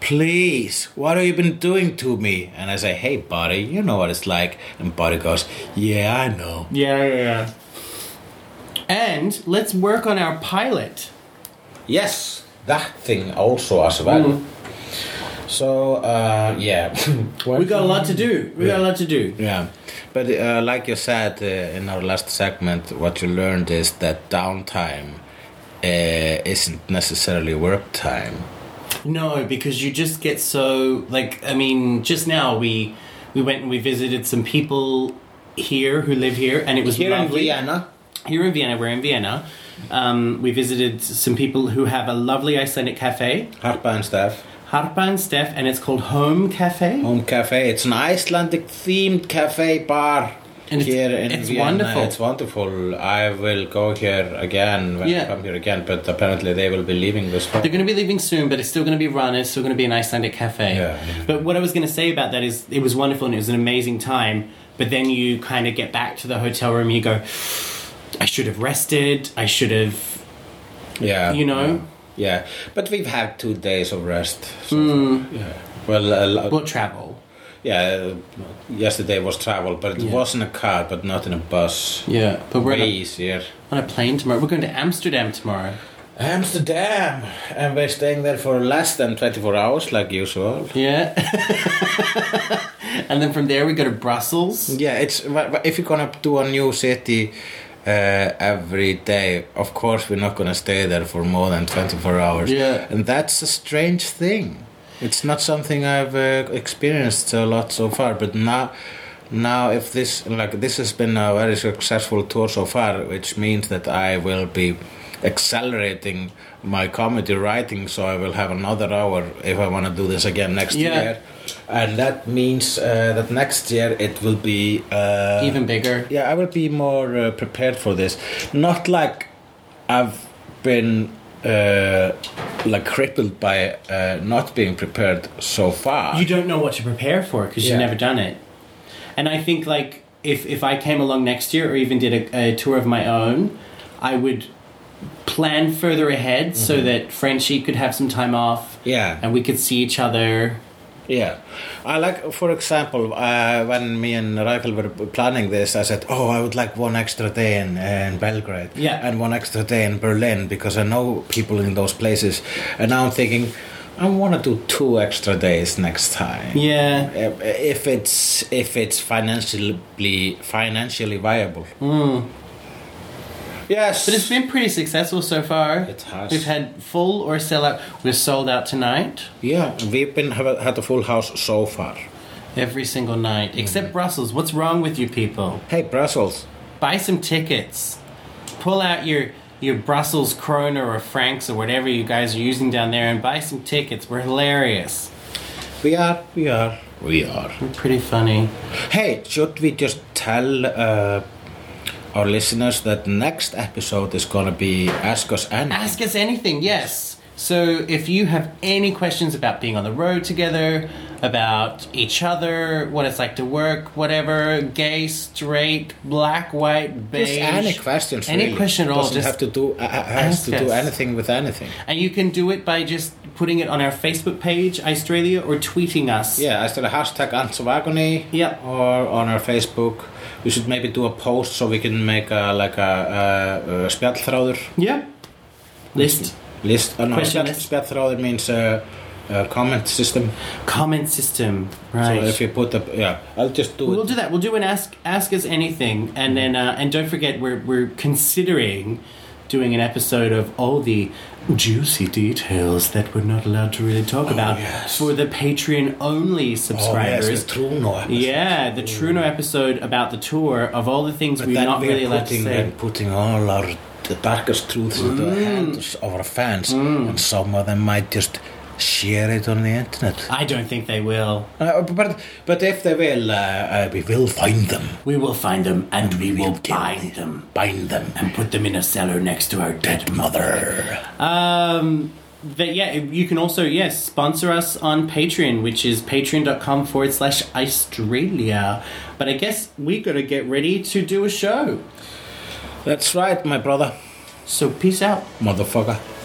Speaker 2: Please, what have you been doing to me? And I say, hey, body, you know what it's like. And body goes, yeah, I know.
Speaker 1: Yeah, yeah, yeah. And let's work on our pilot.
Speaker 2: Yes, that thing also as well.
Speaker 1: Mm.
Speaker 2: So uh, yeah,
Speaker 1: We got a lot to do. We got a lot to do.
Speaker 2: Yeah, but uh, like you said uh, in our last segment, what you learned is that downtime uh, isn't necessarily work time.
Speaker 1: No, because you just get so like I mean, just now we we went and we visited some people here who live here, and it was lovely. here in Vienna, we're in Vienna. Um, we visited some people who have a lovely Icelandic cafe,
Speaker 2: Harpa and Staff
Speaker 1: Harpa and Steph, and it's called Home Cafe.
Speaker 2: Home Cafe. It's an Icelandic themed cafe bar.
Speaker 1: And it's-
Speaker 2: here in
Speaker 1: it's
Speaker 2: Vienna.
Speaker 1: wonderful.
Speaker 2: It's wonderful. I will go here again when
Speaker 1: Yeah.
Speaker 2: I come here again. But apparently they will be leaving this.
Speaker 1: They're going to be leaving soon, but it's still going to be run. It's still going to be an Icelandic cafe.
Speaker 2: Yeah.
Speaker 1: But what I was going to say about that is it was wonderful and it was an amazing time. But then you kind of get back to the hotel room and you go, I should have rested. I should have.
Speaker 2: Yeah.
Speaker 1: You know?
Speaker 2: Yeah. Yeah. But we've had two days of rest. So
Speaker 1: Hmm.
Speaker 2: Yeah. Well, a lo-
Speaker 1: Well, travel.
Speaker 2: yeah. uh, Yesterday was travel, but it
Speaker 1: Yeah.
Speaker 2: was in a car, but not in a bus.
Speaker 1: Yeah. But we're on
Speaker 2: Way
Speaker 1: a,
Speaker 2: easier.
Speaker 1: on a plane tomorrow. We're going to Amsterdam tomorrow.
Speaker 2: Amsterdam, and we're staying there for less than twenty-four hours, like usual.
Speaker 1: Yeah. and then from there, we go to Brussels.
Speaker 2: Yeah, it's wh- wh- if you're gonna do a new city uh, every day, of course we're not gonna stay there for more than twenty-four hours.
Speaker 1: Yeah.
Speaker 2: and that's a strange thing. It's not something I've uh, experienced a lot so far, but now. Now, if this like this has been a very successful tour so far, which means that I will be accelerating my comedy writing, so I will have another hour if I want to do this again next
Speaker 1: Yeah.
Speaker 2: year and that means uh, that next year it will be uh,
Speaker 1: Even bigger.
Speaker 2: Yeah, I will be more uh, prepared for this. Not like I've been uh, like crippled by uh, not being prepared so far.
Speaker 1: you don't know what to prepare for because
Speaker 2: Yeah.
Speaker 1: you've never done it. And I think like if if I came along next year or even did a, a tour of my own, I would plan further ahead so that Frenchie could have some time off.
Speaker 2: Mm-hmm. Yeah.
Speaker 1: and we could see each other.
Speaker 2: Yeah, I like, for example, uh, when me and Raquel were planning this, I said, "Oh, I would like one extra day in, uh, in Belgrade,
Speaker 1: Yeah.
Speaker 2: and one extra day in Berlin because I know people in those places." And now I'm thinking, I want to do two extra days next time.
Speaker 1: Yeah,
Speaker 2: Uh, if it's if it's financially financially viable. Yes,
Speaker 1: Hmm. but it's been pretty successful so far.
Speaker 2: It has.
Speaker 1: We've had full or sellout. We're sold out tonight
Speaker 2: yeah, we've been have a, had a full house so far.
Speaker 1: every single night
Speaker 2: Mm-hmm.
Speaker 1: except Brussels. What's wrong with you people?
Speaker 2: Hey, Brussels.
Speaker 1: buy some tickets pull out your your brussels kroner or francs or whatever you guys are using down there and buy some tickets we're hilarious
Speaker 2: We are, we are, we are.
Speaker 1: Pretty funny.
Speaker 2: Hey, should we just tell uh, our listeners that next episode is gonna be Ask Us Anything?
Speaker 1: Ask us anything, yes. So if you have any questions about being on the road together, about each other, what it's like to work, whatever, gay, straight, black, white, beige.
Speaker 2: Just any questions,
Speaker 1: Any
Speaker 2: really.
Speaker 1: question at all.
Speaker 2: Doesn't
Speaker 1: Just,
Speaker 2: have to do uh, uh, has
Speaker 1: ask
Speaker 2: to do
Speaker 1: us.
Speaker 2: anything with anything.
Speaker 1: And you can do it by just putting it on our Facebook page, Australia, or tweeting us.
Speaker 2: Yeah, I started hashtag Ants of Agony.
Speaker 1: Yep.
Speaker 2: Or on our Facebook. We should maybe do a post so we can make a, like a, a, a spjallþráður
Speaker 1: Yeah. List.
Speaker 2: list. Uh, no,
Speaker 1: Question
Speaker 2: spjall,
Speaker 1: list.
Speaker 2: spjallþráður means a, a comment system.
Speaker 1: Comment system. Right.
Speaker 2: So if you put up, yeah, I'll just do
Speaker 1: We'll
Speaker 2: it.
Speaker 1: do that. We'll do an ask ask us anything, and then uh, and don't forget we're we're considering doing an episode of all the juicy details that we're not allowed to really talk about
Speaker 2: Oh, yes.
Speaker 1: for the Patreon only
Speaker 2: Oh, yes,
Speaker 1: subscribers.
Speaker 2: the Truno episode.
Speaker 1: yeah, the Truno episode about the tour of all the things
Speaker 2: But
Speaker 1: we're
Speaker 2: then
Speaker 1: not
Speaker 2: we
Speaker 1: really
Speaker 2: are
Speaker 1: allowed to
Speaker 2: putting,
Speaker 1: say. Mm.
Speaker 2: we're putting all our the darkest truths into the hands of our fans, and some of them might just share it on the internet.
Speaker 1: I don't think they will.
Speaker 2: Uh, but but if they will, uh, uh, we will find them,
Speaker 1: We will find them and we will
Speaker 2: kill
Speaker 1: bind them
Speaker 2: bind them,
Speaker 1: and put them in a cellar next to our dead mother.
Speaker 2: mother.
Speaker 1: Um, but yeah, you can also, yes, sponsor us on Patreon, which is patreon.com forward slash Australia. But I guess we got to get ready to do a show.
Speaker 2: That's right, my brother,
Speaker 1: So peace out.
Speaker 2: motherfucker.